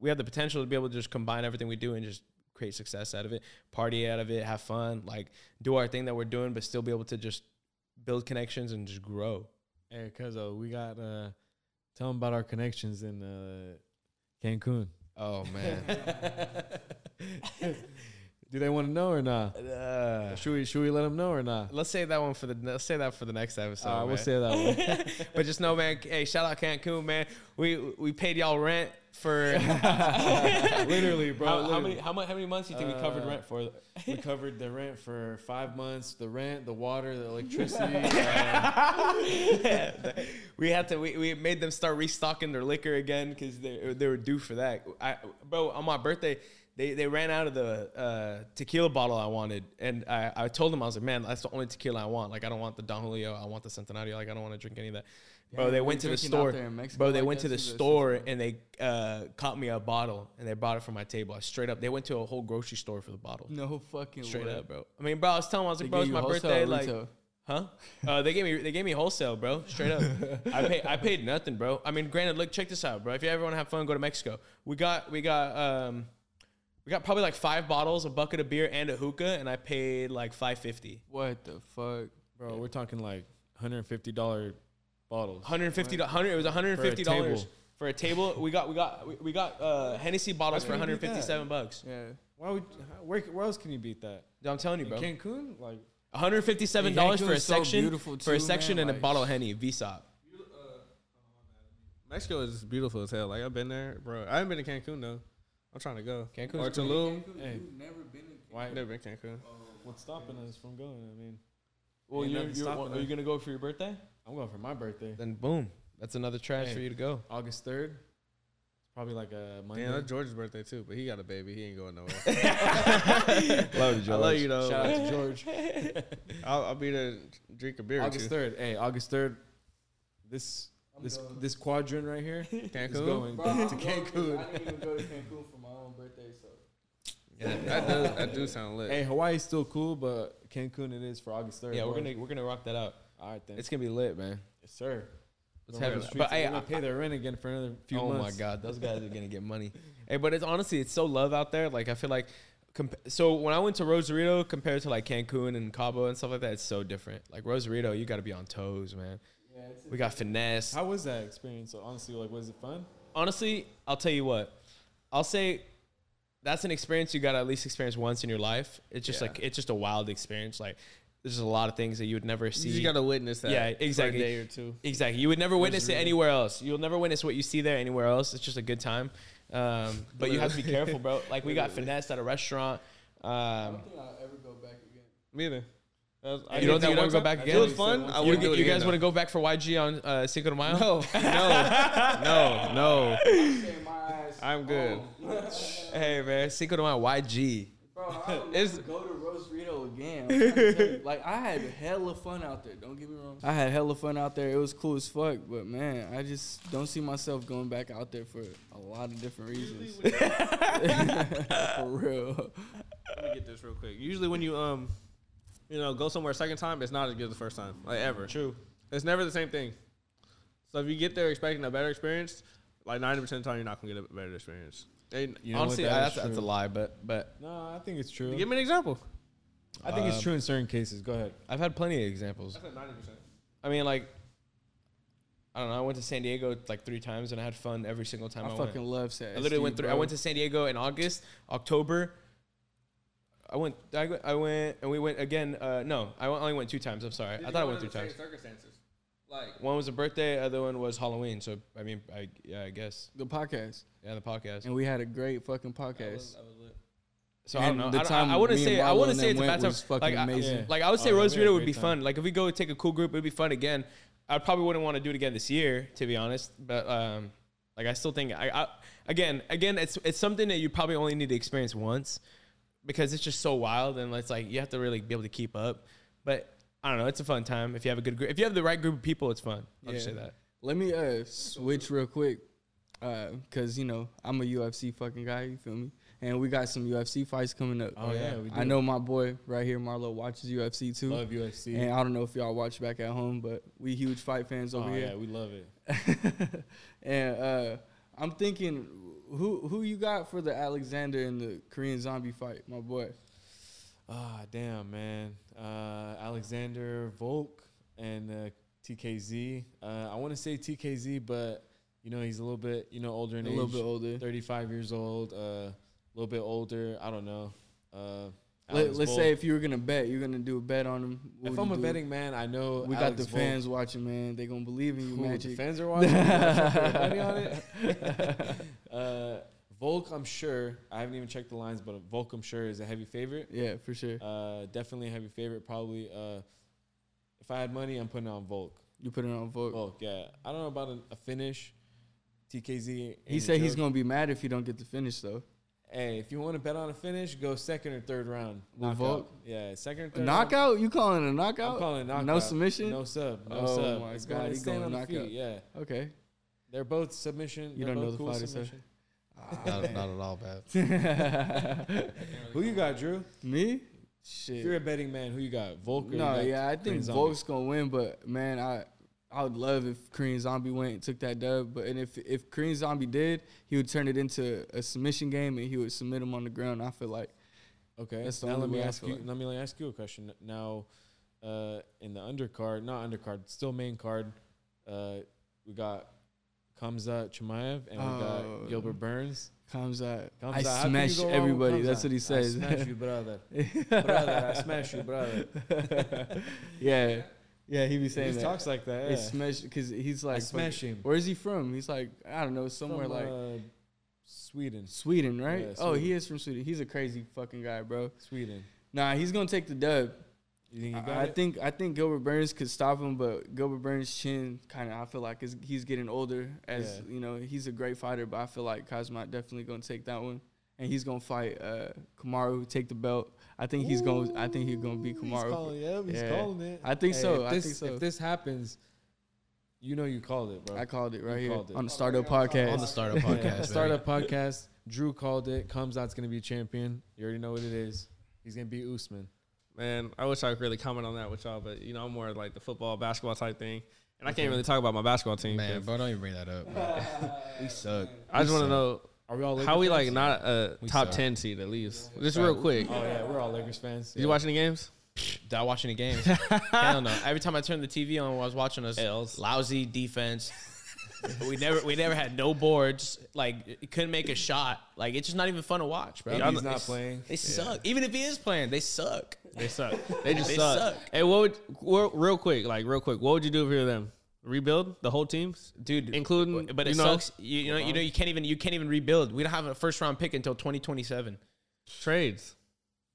Speaker 4: we have the potential to be able to just combine everything we do and just create success out of it, party out of it, have fun, like do our thing that we're doing, but still be able to just build connections and just grow.
Speaker 2: Hey, Cuzzo, we got uh tell them about our connections in uh Cancun.
Speaker 4: Oh man.
Speaker 2: Do they want to know or not?
Speaker 4: Uh,
Speaker 2: Should we should we let them know or not?
Speaker 4: let's say that one for the let's say that for the next episode.
Speaker 2: uh, we'll
Speaker 4: man.
Speaker 2: say that one.
Speaker 4: but just know, man. Hey, shout out Cancun, man. We we paid y'all rent for
Speaker 2: literally, bro.
Speaker 4: how, how
Speaker 2: literally.
Speaker 4: many how, mu- how many months do you think we covered
Speaker 2: Uh,
Speaker 4: rent for?
Speaker 2: we covered the rent for five months. The rent, the water, the electricity. uh,
Speaker 4: we had to we, we made them start restocking their liquor again because they, they were due for that I, bro on my birthday they, they ran out of the uh, tequila bottle i wanted and I, I told them i was like man that's the only tequila i want like i don't want the don julio i want the centenario like i don't want to drink any of that bro they
Speaker 5: we're
Speaker 4: went to the
Speaker 5: drinking out
Speaker 4: store
Speaker 5: there in Mexico
Speaker 4: bro they
Speaker 5: like
Speaker 4: went to
Speaker 5: that
Speaker 4: the
Speaker 5: too, that's
Speaker 4: store and they uh, caught me a bottle and they brought it from my table I straight up they went to a whole grocery store for the bottle
Speaker 5: No fucking
Speaker 4: straight
Speaker 5: way.
Speaker 4: up bro i mean bro i was telling them i was like
Speaker 5: They
Speaker 4: bro it's
Speaker 5: gave
Speaker 4: my
Speaker 5: you wholesale
Speaker 4: birthday
Speaker 5: or
Speaker 4: like
Speaker 5: retail?
Speaker 4: Huh? Uh, they gave me they gave me wholesale, bro. Straight up, I paid I paid nothing, bro. I mean, granted, look, check this out, bro. If you ever want to have fun, go to Mexico. We got we got um, we got probably like five bottles, a bucket of beer, and a hookah, and I paid like five fifty.
Speaker 5: What the fuck?
Speaker 2: bro, we're talking like hundred fifty dollar bottles.
Speaker 4: 150 100 it was 150 dollars
Speaker 2: table.
Speaker 4: for a table we got we got we- we got uh hennessy bottles for
Speaker 2: Why can't you do that?
Speaker 4: 157 bucks
Speaker 5: Yeah.
Speaker 2: Why would? how- Where, where else can you beat that?
Speaker 4: i'm telling you bro
Speaker 2: Cancun, like
Speaker 4: 157 dollars
Speaker 5: Cancun
Speaker 4: for a
Speaker 5: is so
Speaker 4: section
Speaker 5: beautiful
Speaker 4: for a
Speaker 5: too,
Speaker 4: section
Speaker 5: man,
Speaker 4: and a
Speaker 5: like-
Speaker 4: bottle of henny vsop
Speaker 1: Mexico is beautiful as hell. Like I've been there, bro. I haven't been to Cancun though. I'm trying to go.
Speaker 4: Cancun's
Speaker 1: or Tulum.
Speaker 2: hey,
Speaker 5: Never been in
Speaker 2: why?
Speaker 1: Never been to Cancun.
Speaker 2: What's stopping us from going? I mean,
Speaker 4: well
Speaker 2: Ain't
Speaker 4: you're,
Speaker 2: nothing
Speaker 4: you're,
Speaker 2: stopping
Speaker 4: are you
Speaker 2: us.
Speaker 4: gonna go for your birthday
Speaker 2: I'm going for my birthday,
Speaker 4: then boom that's another trash
Speaker 2: Hey.
Speaker 4: for you to go
Speaker 2: August third. It's probably like a Monday.
Speaker 1: Damn, that's George's birthday too, but he got a baby. He ain't going nowhere.
Speaker 4: love you
Speaker 1: I love you though.
Speaker 2: Shout out to George.
Speaker 1: I'll, I'll be there, drink a beer. with
Speaker 2: August third. Hey, August third. This this this quadrant right here
Speaker 1: you.
Speaker 2: is
Speaker 1: Cancun.
Speaker 2: going
Speaker 5: Bro,
Speaker 2: to
Speaker 5: I'm going to-
Speaker 2: Cancun.
Speaker 5: I didn't even go to Cancun for my own birthday, so.
Speaker 1: Yeah, that does that do sound lit.
Speaker 2: Hey, Hawaii's still cool, but Cancun it is for August third.
Speaker 4: yeah we're gonna we're gonna rock that out
Speaker 2: All right then.
Speaker 4: it's gonna be lit man
Speaker 2: yes, sir.
Speaker 4: let's
Speaker 2: Gonna run
Speaker 4: have it
Speaker 2: the streets
Speaker 4: but
Speaker 2: and
Speaker 4: hey,
Speaker 2: gonna
Speaker 4: I,
Speaker 2: pay their rent again for another few
Speaker 4: oh
Speaker 2: months.
Speaker 4: my god those guys are gonna get money hey but it's honestly it's so love out there like i feel like comp- so when i went to rosarito compared to like cancun and cabo and stuff like that it's so different like rosarito you gotta be on toes man
Speaker 5: Yeah, it's a-
Speaker 4: we got finesse
Speaker 2: How was that experience? So honestly, like, was it fun?
Speaker 4: honestly i'll tell you what i'll say that's an experience you gotta at least experience once in your life it's just
Speaker 1: Yeah.
Speaker 4: like it's just a wild experience like there's just a lot of things that you would never see
Speaker 1: you just gotta witness that.
Speaker 4: Yeah,
Speaker 1: for
Speaker 4: exactly.
Speaker 1: a day or two.
Speaker 4: Exactly. You would never witness it anywhere else. You'll never witness what you see there anywhere else. It's just a good time. Um, but you have to be careful, bro. Like we got finessed at a restaurant.
Speaker 5: I
Speaker 4: Um,
Speaker 5: don't think I'll ever go back again.
Speaker 1: Me either. That's- I
Speaker 4: You
Speaker 1: did that
Speaker 4: don't think you'd
Speaker 1: one
Speaker 4: ever go
Speaker 1: time.
Speaker 4: back again?
Speaker 1: It was fun. I
Speaker 4: you,
Speaker 1: wouldn't do it
Speaker 4: you guys want to
Speaker 1: again,
Speaker 4: go back for YG on uh, Cinco de Mayo?
Speaker 1: though. No, no, no.
Speaker 5: Stay my ass.
Speaker 1: I'm good.
Speaker 4: Oh. Hey man, Cinco de Mayo YG.
Speaker 5: Bro, I would
Speaker 4: It's-
Speaker 5: never go to Rosarito again. I'm trying to tell you. like I had hella fun out there. Don't get me wrong. I had hella fun out there. It was cool as fuck. But man, I just don't see myself going back out there for a lot of different reasons. for real.
Speaker 1: Let me get this real quick. Usually when you um, you know, go somewhere a second time, it's not as good as the first time, like ever. True. It's never the same thing. So if you get there expecting a better experience, like ninety percent of the time, you're not gonna get a better experience. And
Speaker 2: You know what,
Speaker 4: Honestly,
Speaker 2: that
Speaker 4: I-
Speaker 2: is
Speaker 4: that's, that's a
Speaker 2: true.
Speaker 4: lie, but but
Speaker 2: No, I think it's true.
Speaker 1: give me an example.
Speaker 2: I think
Speaker 4: Um,
Speaker 2: it's true in certain cases. Go ahead.
Speaker 4: I've had plenty of examples.
Speaker 1: said ninety percent.
Speaker 4: I mean, like, I don't know. I went to San Diego like three times, and I had fun every single time I,
Speaker 5: I
Speaker 4: went.
Speaker 5: fucking love San.
Speaker 4: I literally went through. I went to San Diego in August, October. I went. I went. I went and we went again. Uh, no, I only went two times. I'm sorry. I thought I went three times.
Speaker 1: Circumstances. Like,
Speaker 4: One was a birthday. Other one was Halloween. So I mean, I yeah, I guess
Speaker 5: the podcast,
Speaker 4: yeah, the podcast.
Speaker 5: and we had a great fucking podcast.
Speaker 4: So I don't
Speaker 5: and
Speaker 4: know.
Speaker 5: the
Speaker 4: I, don't-
Speaker 5: time
Speaker 4: I, I wouldn't
Speaker 5: me and
Speaker 4: say. I
Speaker 5: Marlo
Speaker 4: wouldn't
Speaker 5: and
Speaker 4: say
Speaker 5: them
Speaker 4: it's a
Speaker 5: went
Speaker 4: bad time.
Speaker 5: was fucking
Speaker 4: like, I-
Speaker 5: amazing.
Speaker 4: like I would say,
Speaker 2: Oh, yeah, we
Speaker 4: Rose
Speaker 2: had a
Speaker 4: Rita would
Speaker 2: great
Speaker 4: be
Speaker 2: time.
Speaker 4: fun. Like if we go take a cool group, it'd be fun again. I probably wouldn't want to do it again this year, to be honest. But um, like I still think I, I again, again, it's it's something that you probably only need to experience once because it's just so wild and it's like you have to really be able to keep up. But I don't know. It's a fun time if you have a good group. If you have the right group of people, it's fun. I'll just
Speaker 5: Yeah.
Speaker 4: say that.
Speaker 5: Let me uh switch real quick, uh, cause you know I'm a UFC fucking guy. You feel me? And we got some UFC fights coming up.
Speaker 2: Oh, yeah, we
Speaker 5: I
Speaker 2: do.
Speaker 5: know my boy right here, Marlo, watches UFC too.
Speaker 2: Love UFC.
Speaker 5: And I don't know if y'all watch back at home, but we huge fight fans over
Speaker 2: oh yeah,
Speaker 5: here.
Speaker 2: we love it.
Speaker 5: and uh, I'm thinking, who who you got for the Alexander and the Korean Zombie fight, my boy?
Speaker 2: Ah, damn, man. Uh, Alexander Volk and uh, TKZ. Uh, I want to say TKZ, but you know he's a little bit, you know, older in
Speaker 5: A
Speaker 2: age.
Speaker 5: little bit older.
Speaker 2: 35 years old, a little bit older. I don't know. Uh,
Speaker 5: Let,
Speaker 2: Alex
Speaker 5: let's
Speaker 2: Volk.
Speaker 5: say if you were gonna bet, you're gonna do a bet on him. what
Speaker 2: if
Speaker 5: would
Speaker 2: I'm
Speaker 5: you
Speaker 2: a
Speaker 5: do?
Speaker 2: betting man, I know
Speaker 5: we got
Speaker 2: Alex
Speaker 5: the
Speaker 2: Volk.
Speaker 5: fans watching, man. They gonna believe in you,
Speaker 2: Ooh, The
Speaker 5: Magic.
Speaker 2: fans are watching. You wanna put your money on it. uh, Volk, I'm sure. I haven't even checked the lines, but Volk, I'm sure, is a heavy favorite.
Speaker 5: Yeah, for sure.
Speaker 2: Uh, definitely a heavy favorite. Probably. Uh, if I had money, I'm putting on Volk.
Speaker 5: You put it on vote.
Speaker 2: Volk, yeah. I don't know about a, a finish. TKZ.
Speaker 5: he said he's gonna be mad if you don't get the finish though.
Speaker 2: Hey, if you want to bet on a finish, go second or third round.
Speaker 5: With
Speaker 2: Knockout.
Speaker 5: Volk?
Speaker 2: Yeah, second or
Speaker 5: A
Speaker 2: third. round.
Speaker 5: knockout? You calling it a knockout?
Speaker 2: I'm calling it knockout.
Speaker 5: No submission.
Speaker 2: No sub. No
Speaker 5: Oh
Speaker 2: sub.
Speaker 5: my
Speaker 2: It's
Speaker 5: God,
Speaker 2: going
Speaker 5: he
Speaker 2: to stand
Speaker 5: going
Speaker 2: on the feet.
Speaker 5: knockout.
Speaker 2: Yeah,
Speaker 5: Okay.
Speaker 2: they're both submission.
Speaker 5: You
Speaker 2: they're
Speaker 5: don't know
Speaker 2: both
Speaker 5: the
Speaker 2: cool
Speaker 5: fighters, sir.
Speaker 2: submission.
Speaker 4: Not, not at all bad.
Speaker 2: Who you got, Drew?
Speaker 5: Me?
Speaker 2: If you're a
Speaker 5: Shit.
Speaker 2: betting man, who you got? Volk? Or you
Speaker 5: No,
Speaker 2: got
Speaker 5: yeah, I think
Speaker 2: Korean Zombie?
Speaker 5: Volk's gonna win, but man, I I would love if Korean Zombie went and took that dub. But and if if Korean Zombie did, he would turn it into a submission game and he would submit him on the ground. I feel like
Speaker 2: Okay.
Speaker 5: That's the
Speaker 2: now
Speaker 5: only
Speaker 2: let me
Speaker 5: way I
Speaker 2: ask
Speaker 5: feel
Speaker 2: you.
Speaker 5: like-
Speaker 2: Let me ask you a question. Now, uh, in the undercard, not undercard, still main card, uh, we got Kamza Chimaev and we
Speaker 5: Oh.
Speaker 2: got Gilbert Burns.
Speaker 5: Kamzat,
Speaker 2: Kamzat, how
Speaker 5: I
Speaker 2: can you
Speaker 5: smash
Speaker 2: go wrong with
Speaker 5: everybody. That's
Speaker 2: Kamzat?
Speaker 5: what he says.
Speaker 2: I smash you, brother. brother, I smash you, brother.
Speaker 5: yeah, yeah, he be
Speaker 2: He
Speaker 5: saying
Speaker 2: just
Speaker 5: that.
Speaker 2: talks like that.
Speaker 5: They
Speaker 2: Yeah.
Speaker 5: smash because he's
Speaker 2: I
Speaker 5: like,
Speaker 2: smash him.
Speaker 5: where is he from? He's like, I don't know, somewhere
Speaker 2: From,
Speaker 5: like
Speaker 2: uh, Sweden.
Speaker 5: Sweden, right?
Speaker 2: yeah,
Speaker 5: Oh, he
Speaker 2: Sweden.
Speaker 5: is from Sweden. He's a crazy fucking guy, bro.
Speaker 2: Sweden.
Speaker 5: Nah, he's gonna take the dub.
Speaker 2: You think you got
Speaker 5: I, I
Speaker 2: it?
Speaker 5: think I think Gilbert Burns could stop him, but Gilbert Burns' chin kind of I feel like is, he's getting older. As
Speaker 2: Yeah.
Speaker 5: you know, he's a great fighter, but I feel like Cosmat definitely gonna take that one, and he's gonna fight uh, Kamaru, take the belt. I think he's gonna I think he's gonna beat
Speaker 2: Ooh, he's
Speaker 5: Kamaru.
Speaker 2: calling- yeah, he's
Speaker 5: Yeah.
Speaker 2: calling it.
Speaker 5: I think
Speaker 2: Hey,
Speaker 5: so.
Speaker 2: If
Speaker 5: I
Speaker 2: this,
Speaker 5: think so.
Speaker 2: If this happens, you know you called it, bro.
Speaker 5: I called it
Speaker 2: You
Speaker 5: right here
Speaker 2: called it.
Speaker 5: on the Startup Podcast.
Speaker 4: On the startup
Speaker 2: Yeah.
Speaker 4: podcast.
Speaker 2: Startup podcast. Drew called it. Comes out's gonna be a champion. You already know what it is. He's gonna beat Usman.
Speaker 1: Man, I wish I could really comment on that with y'all, but you know, I'm more like the football, basketball type thing. And I can't really talk about my basketball team.
Speaker 4: Man,
Speaker 1: 'cause
Speaker 4: bro, don't even bring that up. we suck.
Speaker 1: I just want to know
Speaker 2: Are we all Lakers
Speaker 1: how we
Speaker 2: fans?
Speaker 1: like not a
Speaker 4: We
Speaker 1: top
Speaker 4: suck.
Speaker 1: 10 seed at least. Just real quick.
Speaker 2: Oh yeah, we're all Lakers fans.
Speaker 1: Did you watch any games?
Speaker 4: Not watching the games. Hell no. Every time I turned the TV on, I was watching us lousy defense. we never we never had no boards. Like it couldn't make a shot. Like it's just not even fun to watch, bro.
Speaker 2: He's not playing.
Speaker 4: They suck. Even if he is playing, they suck.
Speaker 1: They suck. They just
Speaker 4: They
Speaker 1: suck.
Speaker 4: suck.
Speaker 1: Hey, what would wor- real quick, like real quick, what would you do if you were them? Rebuild the whole teams?
Speaker 4: Dude,
Speaker 1: Including-
Speaker 4: but it
Speaker 1: you know-
Speaker 4: sucks. You, you know, you know, you can't even you can't even rebuild. We don't have a first round pick until twenty twenty seven.
Speaker 1: Trades.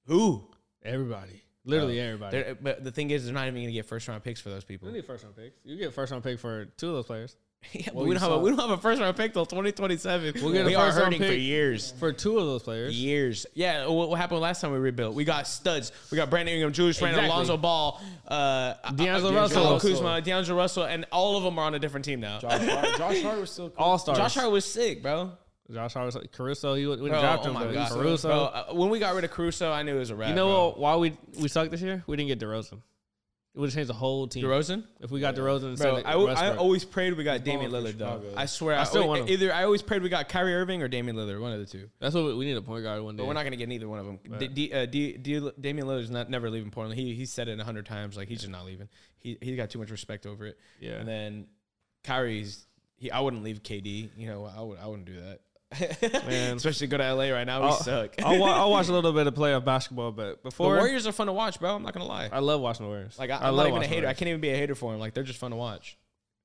Speaker 4: Who?
Speaker 1: Everybody. Literally everybody.
Speaker 4: They're, but the thing is, they're not even gonna get first round picks for those people.
Speaker 1: You need first round picks. You get first round pick for two of those players.
Speaker 4: yeah, but we don't have a, we don't have a first round pick till twenty twenty seven. We'll
Speaker 1: get a
Speaker 4: we are
Speaker 1: first round
Speaker 4: hurting for
Speaker 1: pick.
Speaker 4: years.
Speaker 1: For two of those players.
Speaker 4: Years, yeah. What, what happened last time we rebuilt? We got studs. We got Brandon Ingram, Julius Randle,
Speaker 1: Exactly.
Speaker 4: Alonzo Ball, uh,
Speaker 1: D'Angelo
Speaker 4: uh,
Speaker 1: Russell.
Speaker 4: Kyle Kuzma, D'Angelo Russell, and all of them are on a different team now. Josh,
Speaker 2: Josh Hart, Josh Hart was still cool.
Speaker 1: All stars. Josh Hart.
Speaker 4: Hart was sick, bro.
Speaker 1: Josh Hart. Caruso. You wouldn't
Speaker 4: Bro,
Speaker 1: draft
Speaker 4: oh
Speaker 1: him.
Speaker 4: my
Speaker 1: but
Speaker 4: God.
Speaker 1: Caruso.
Speaker 4: Bro, uh, when we got rid of Caruso, I knew it was a wrap.
Speaker 1: You know
Speaker 4: bro.
Speaker 1: what, why we we suck this year? We didn't get DeRozan. It would have changed the whole team.
Speaker 4: DeRozan?
Speaker 1: If we got DeRozan instead
Speaker 4: Bro,
Speaker 1: of
Speaker 4: I, w- I
Speaker 1: Westbrook.
Speaker 4: always prayed we got Damian
Speaker 2: balling for
Speaker 4: Lillard, though.
Speaker 2: Chicago.
Speaker 4: I swear. I
Speaker 1: I still
Speaker 4: always-
Speaker 1: want him.
Speaker 4: Either I always prayed we got Kyrie Irving or Damian Lillard, one of the two.
Speaker 1: That's what we, we need a point guard one day.
Speaker 4: But we're not going to get neither one of them. D- D, uh, D, D, Damian Lillard's not, never leaving Portland. He, he said it a hundred times. Like, he's just not leaving. He, he got too much respect over it.
Speaker 1: Yeah.
Speaker 4: And then Kyrie's. He, I wouldn't leave KD. You know, I would. I wouldn't do that.
Speaker 1: Man.
Speaker 4: Especially go to LA right now. We
Speaker 1: I'll,
Speaker 4: suck.
Speaker 1: I'll, wa- I'll watch a little bit of playoff basketball, but
Speaker 4: the
Speaker 1: before
Speaker 4: Warriors are fun to watch, bro. I'm not gonna lie.
Speaker 1: I love watching the Warriors.
Speaker 4: Like I,
Speaker 1: I
Speaker 4: I'm not even a
Speaker 1: watching the
Speaker 4: hater. I
Speaker 1: Warriors.
Speaker 4: can't even be a hater for them. Like they're just fun to watch.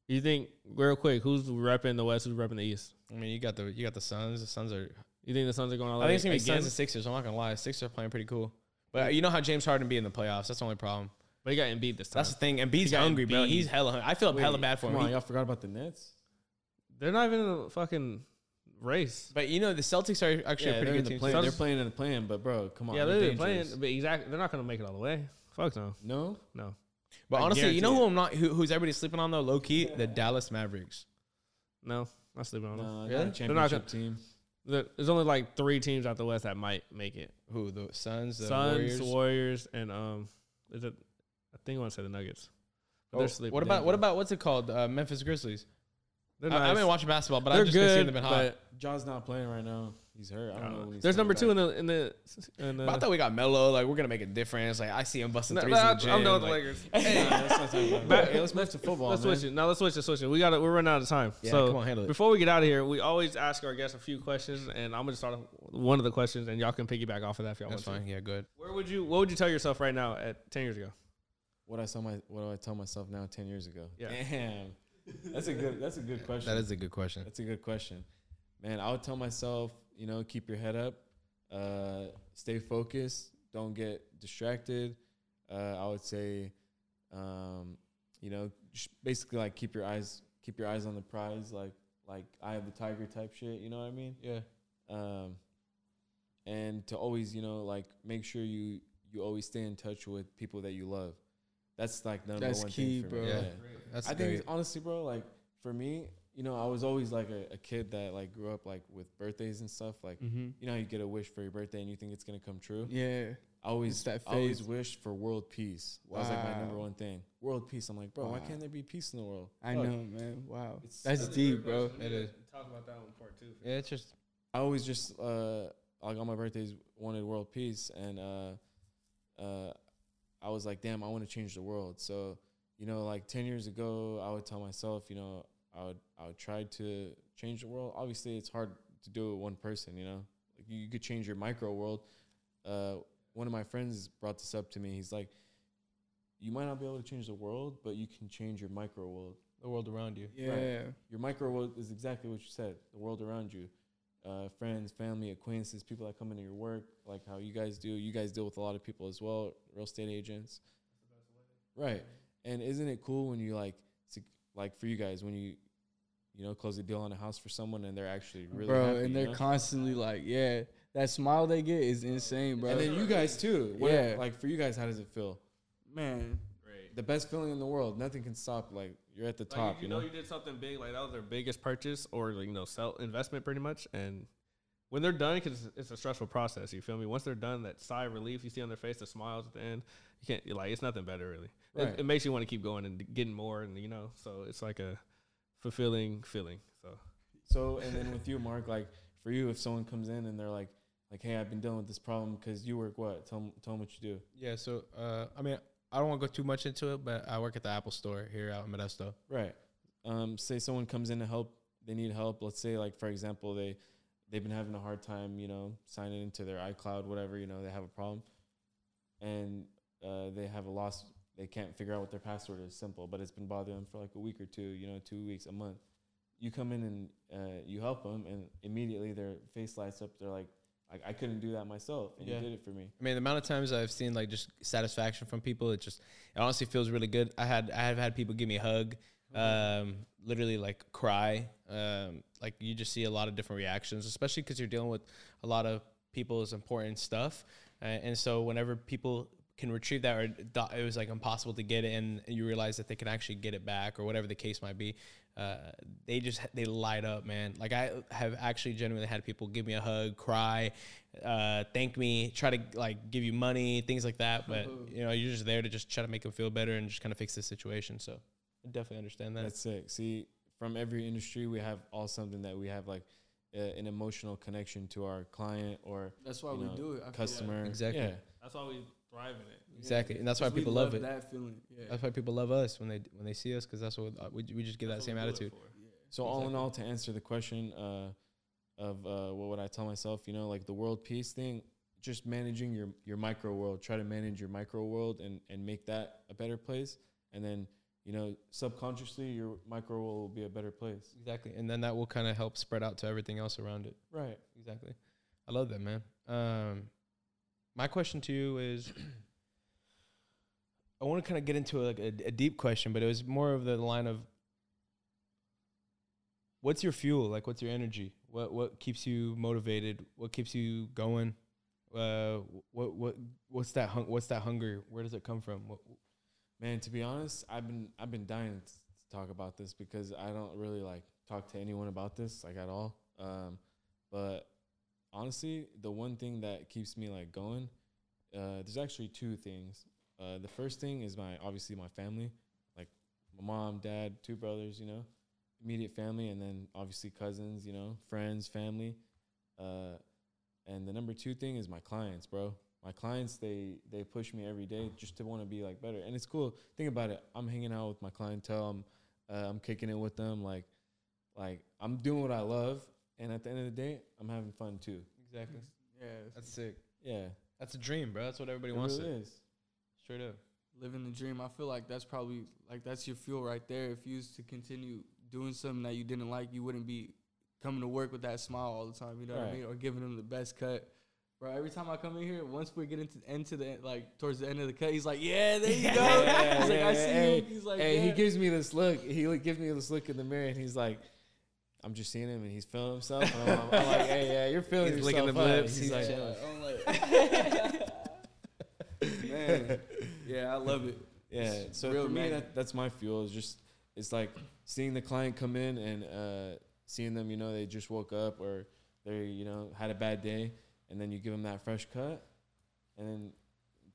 Speaker 1: You think real quick? Who's repping the West? Who's repping the East?
Speaker 4: I mean, you got the you got the Suns. The Suns are.
Speaker 1: You think the Suns are going all
Speaker 4: I think it's gonna be
Speaker 1: again?
Speaker 4: Suns and Sixers. I'm not gonna lie. Sixers are playing pretty cool. But you know how James Harden be in the playoffs. That's the only problem.
Speaker 1: But he got Embiid this time.
Speaker 4: That's the thing. And B's hungry, bro.
Speaker 1: Embiid.
Speaker 4: He's hella. Hungry. I feel hella bad for him.
Speaker 2: Come on,
Speaker 4: He-
Speaker 2: y'all forgot about the Nets.
Speaker 1: They're not even in the fucking race.
Speaker 4: but you know the Celtics are actually a
Speaker 2: they're,
Speaker 4: pretty
Speaker 2: in
Speaker 4: good
Speaker 2: the
Speaker 4: team.
Speaker 2: plan.
Speaker 1: So
Speaker 2: they're
Speaker 1: just-
Speaker 2: playing in the plan, but bro, come on.
Speaker 1: yeah, they're playing,
Speaker 2: dangerous.
Speaker 1: but exactly, they're not gonna make it all the way. Fuck no,
Speaker 2: No,
Speaker 1: no.
Speaker 4: But
Speaker 1: I
Speaker 4: honestly,
Speaker 1: guarantee
Speaker 4: you know
Speaker 1: it.
Speaker 4: who I'm not, who, who's everybody sleeping on though? Low key, the Dallas Mavericks.
Speaker 1: No, not sleeping on them.
Speaker 2: no,
Speaker 4: Really?
Speaker 2: not a
Speaker 1: They're not
Speaker 2: championship team.
Speaker 1: There- There's only like three teams out the West that might make it:
Speaker 4: Who the Suns, the
Speaker 1: Suns,
Speaker 4: Warriors.
Speaker 1: Warriors. and um, is it? I think I want to say the Nuggets. But
Speaker 4: Oh,
Speaker 1: they're sleeping.
Speaker 4: what about
Speaker 1: Denver.
Speaker 4: what about what's it called? Uh, Memphis Grizzlies.
Speaker 1: They're
Speaker 4: I,
Speaker 1: nice.
Speaker 4: have been watching basketball, but
Speaker 1: they're
Speaker 4: I've just been
Speaker 1: good,
Speaker 4: seeing them been hot.
Speaker 1: but
Speaker 2: John's not playing right now. He's hurt. I
Speaker 1: I
Speaker 2: don't know.
Speaker 1: don't
Speaker 2: when
Speaker 1: know.
Speaker 2: he's
Speaker 1: Uh, There's
Speaker 2: coming
Speaker 1: number two
Speaker 2: back.
Speaker 1: in the in the. In the
Speaker 4: But I thought we got Melo. Like we're gonna make a difference. Like I see him busting
Speaker 1: No,
Speaker 4: threes
Speaker 1: no,
Speaker 4: in the gym.
Speaker 1: uh, I'm done with the
Speaker 4: like-
Speaker 1: Lakers.
Speaker 2: Nah, let's not talk about it.
Speaker 1: Back-
Speaker 2: Hey, let's move to football.
Speaker 1: Let's
Speaker 2: man.
Speaker 1: switch it. Now let's switch it. Switch it. We got to We're running out of time.
Speaker 4: Yeah,
Speaker 1: so
Speaker 4: come on, handle it.
Speaker 1: before we get out of here, we always ask our guests a few questions, and I'm gonna start off with one of the questions, and y'all can piggyback off of that if y'all
Speaker 4: That's
Speaker 1: want
Speaker 4: fine. Yeah, good.
Speaker 1: to. Where would you? What would you tell yourself right now at 10 years ago?
Speaker 2: What I saw my what do I tell myself now ten years ago?
Speaker 1: Yeah.
Speaker 2: Damn. That's a good that's a good question.
Speaker 4: That is a good question.
Speaker 2: That's a good question. Man, I would tell myself, you know, keep your head up, uh, stay focused, don't get distracted. Uh, I would say, um, you know, just basically like keep your eyes keep your eyes on the prize, like like eye of the tiger type shit. You know what I mean?
Speaker 4: Yeah.
Speaker 2: Um, and to always, you know, like make sure you you always stay in touch with people that you love. That's like number
Speaker 5: That's
Speaker 2: one
Speaker 5: key,
Speaker 2: thing for
Speaker 5: bro.
Speaker 2: me.
Speaker 4: Yeah.
Speaker 2: Yeah.
Speaker 4: That's
Speaker 2: I
Speaker 4: great.
Speaker 2: think honestly, bro, like for me, you know, I was always like a, a kid that like grew up like with birthdays and stuff. Like
Speaker 5: Mm-hmm.
Speaker 2: you know, how you get a wish for your birthday and you think it's gonna come true.
Speaker 5: Yeah.
Speaker 2: I always,
Speaker 5: It's that
Speaker 2: I always
Speaker 5: phase.
Speaker 2: wished for world peace. That was like my number
Speaker 5: Wow.
Speaker 2: one thing. World peace. I'm like, bro, why
Speaker 5: Wow.
Speaker 2: can't there be peace in the world?
Speaker 5: I
Speaker 2: Fuck.
Speaker 5: know, man. Wow.
Speaker 2: It's-
Speaker 5: That's deep, bro.
Speaker 4: It is.
Speaker 1: Talk about that one part two.
Speaker 4: Yeah, it's just
Speaker 2: I always just uh like on my birthdays wanted world peace and uh uh I was like, damn, I want to change the world. So, you know, like ten years ago I would tell myself, you know, I would I would try to change the world. Obviously it's hard to do it with one person, you know. Like you, you could change your micro world. Uh one of my friends brought this up to me. He's like, You might not be able to change the world, but you can change your micro world
Speaker 4: the world around you.
Speaker 5: Yeah.
Speaker 2: your micro world is exactly what you said the world around you uh, friends family acquaintances people that come into your work like how you guys do you guys deal with a lot of people as well real estate agents right and isn't it cool when you like sec- like for you guys when you you know close a deal on a house for someone and they're actually really
Speaker 5: bro,
Speaker 2: happy,
Speaker 5: and
Speaker 2: you
Speaker 5: they're
Speaker 2: know?
Speaker 5: constantly like, yeah. That smile they get is insane, bro.
Speaker 2: and then you guys too what,
Speaker 5: Yeah.
Speaker 2: like for you guys how does it feel
Speaker 5: man.
Speaker 2: the best feeling in the world nothing can stop like you're at the top
Speaker 1: you, know, you did something big. Like that was their biggest purchase or like, you know sell investment pretty much. And when they're done, because it's a stressful process. You feel me? Once they're done, that sigh of relief you see on their face, the smiles at the end. You can't you're like it's nothing better really. It-
Speaker 2: Right.
Speaker 1: It, makes you want to keep going and getting more, and you know. So it's like a fulfilling feeling. So
Speaker 2: So and then with you, Mark, like for you, if someone comes in and they're like, like, hey, I've been dealing with this problem because you work what? Tell them, tell 'em what you do.
Speaker 4: Yeah. So uh, I mean, I don't want to go too much into it, but I work at the Apple Store here out in Modesto.
Speaker 2: Right. Um, say someone comes in to help, they need help. Let's say like for example, they they've been having a hard time, you know, signing into their iCloud, whatever. You know, they have a problem, and uh, they have a loss. They can't figure out what their password is. Simple, but it's been bothering them for like a week or two. You know, two weeks, a month. You come in and uh, you help them, and immediately their face lights up. They're like, I, I couldn't do that myself, and
Speaker 4: Yeah.
Speaker 2: you did it for me.
Speaker 4: I mean, the amount of times I've seen like just satisfaction from people, it just it honestly feels really good. I had I have had people give me a hug, um, literally like cry. Um, like you just see a lot of different reactions, especially because you're dealing with a lot of people's important stuff, uh, and so whenever people can retrieve that or thought it was like impossible to get it and you realize that they can actually get it back or whatever the case might be uh, they just they light up man like i have actually genuinely had people give me a hug cry uh, thank me try to like give you money things like that but you know you're just there to just try to make them feel better and just kind of fix the situation so i definitely understand that
Speaker 2: That's sick. See, from every industry, we have all something that we have like uh, an emotional connection to our client or
Speaker 5: That's why
Speaker 2: you
Speaker 5: we
Speaker 2: know,
Speaker 5: do it. I feel like.
Speaker 2: customer.
Speaker 4: Exactly.
Speaker 2: Yeah.
Speaker 1: that's why we thrive in it.
Speaker 4: Exactly, and that's why
Speaker 5: 'Cause we
Speaker 4: people love it.
Speaker 5: That feeling. Yeah.
Speaker 4: That's why people love us when they when they see us because that's what uh, we, we just give that
Speaker 1: That's what
Speaker 4: same
Speaker 1: we do it
Speaker 4: attitude.
Speaker 1: for.
Speaker 2: So all in all, to answer the question uh, of uh, what would I tell myself, you know, like the world peace thing, just managing your your micro world. Try to manage your micro world and and make that a better place. And then you know, subconsciously, your micro world will be a better place.
Speaker 4: Exactly, and then that will kind of help spread out to everything else around it.
Speaker 2: Right.
Speaker 4: Exactly, I love that, man. Um, my question to you is, I want to kind of get into like a, a deep question, but it was more of the line of, what's your fuel? Like, what's your energy? What what keeps you motivated? What keeps you going? Uh, what what what's that hung- what's that hunger? Where does it come from? What,
Speaker 2: Man, to be honest, I've been I've been dying t- to talk about this because I don't really like talk to anyone about this like at all. Um, but honestly, the one thing that keeps me like going, uh, there's actually two things. Uh, the first thing is my obviously my family, like my mom, dad, two brothers, you know, immediate family, and then obviously cousins, you know, friends, family. Uh, and the number two thing is my clients, bro. My clients, they they push me every day just to want to be like better, and it's cool. Think about it. I'm hanging out with my clientele. I'm uh, I'm kicking it with them. Like like I'm doing what I love, and at the end of the day, I'm having fun too.
Speaker 4: exactly.
Speaker 5: Yeah.
Speaker 4: That's sick.
Speaker 2: Yeah,
Speaker 4: That's a dream, bro. That's what everybody
Speaker 2: it
Speaker 4: wants.
Speaker 2: really
Speaker 4: to.
Speaker 2: is.
Speaker 4: Straight up.
Speaker 5: living the dream. I feel like that's probably like that's your fuel right there. If you was to continue doing something that you didn't like, you wouldn't be coming to work with that smile all the time. You know what I
Speaker 2: Right.
Speaker 5: mean? Or giving them the best cut. Bro, every time I come in here, once we get into into the like towards the end of the cut, he's like, "Yeah, there you go."
Speaker 2: Yeah,
Speaker 5: he's like,
Speaker 2: yeah,
Speaker 5: "I see
Speaker 2: hey,
Speaker 5: you." He's like,
Speaker 2: hey,
Speaker 5: yeah.
Speaker 2: he gives me this look. He like, gives me this look in the mirror, and he's like, "I'm just seeing him, and he's feeling himself." And I'm, I'm like, "Hey, yeah, you're feeling
Speaker 4: He's licking
Speaker 2: yourself."
Speaker 4: them
Speaker 2: up."
Speaker 4: lips,
Speaker 2: He's,
Speaker 4: he's
Speaker 2: like,
Speaker 5: yeah. I'm like- man, yeah, I love it.
Speaker 2: Yeah.
Speaker 5: It's
Speaker 2: So
Speaker 5: real
Speaker 2: for me,
Speaker 5: magnet.
Speaker 2: that, that's my fuel. Is just it's like seeing the client come in and uh, seeing them. You know, they just woke up or they you know had a bad day, and then you give them that fresh cut, and then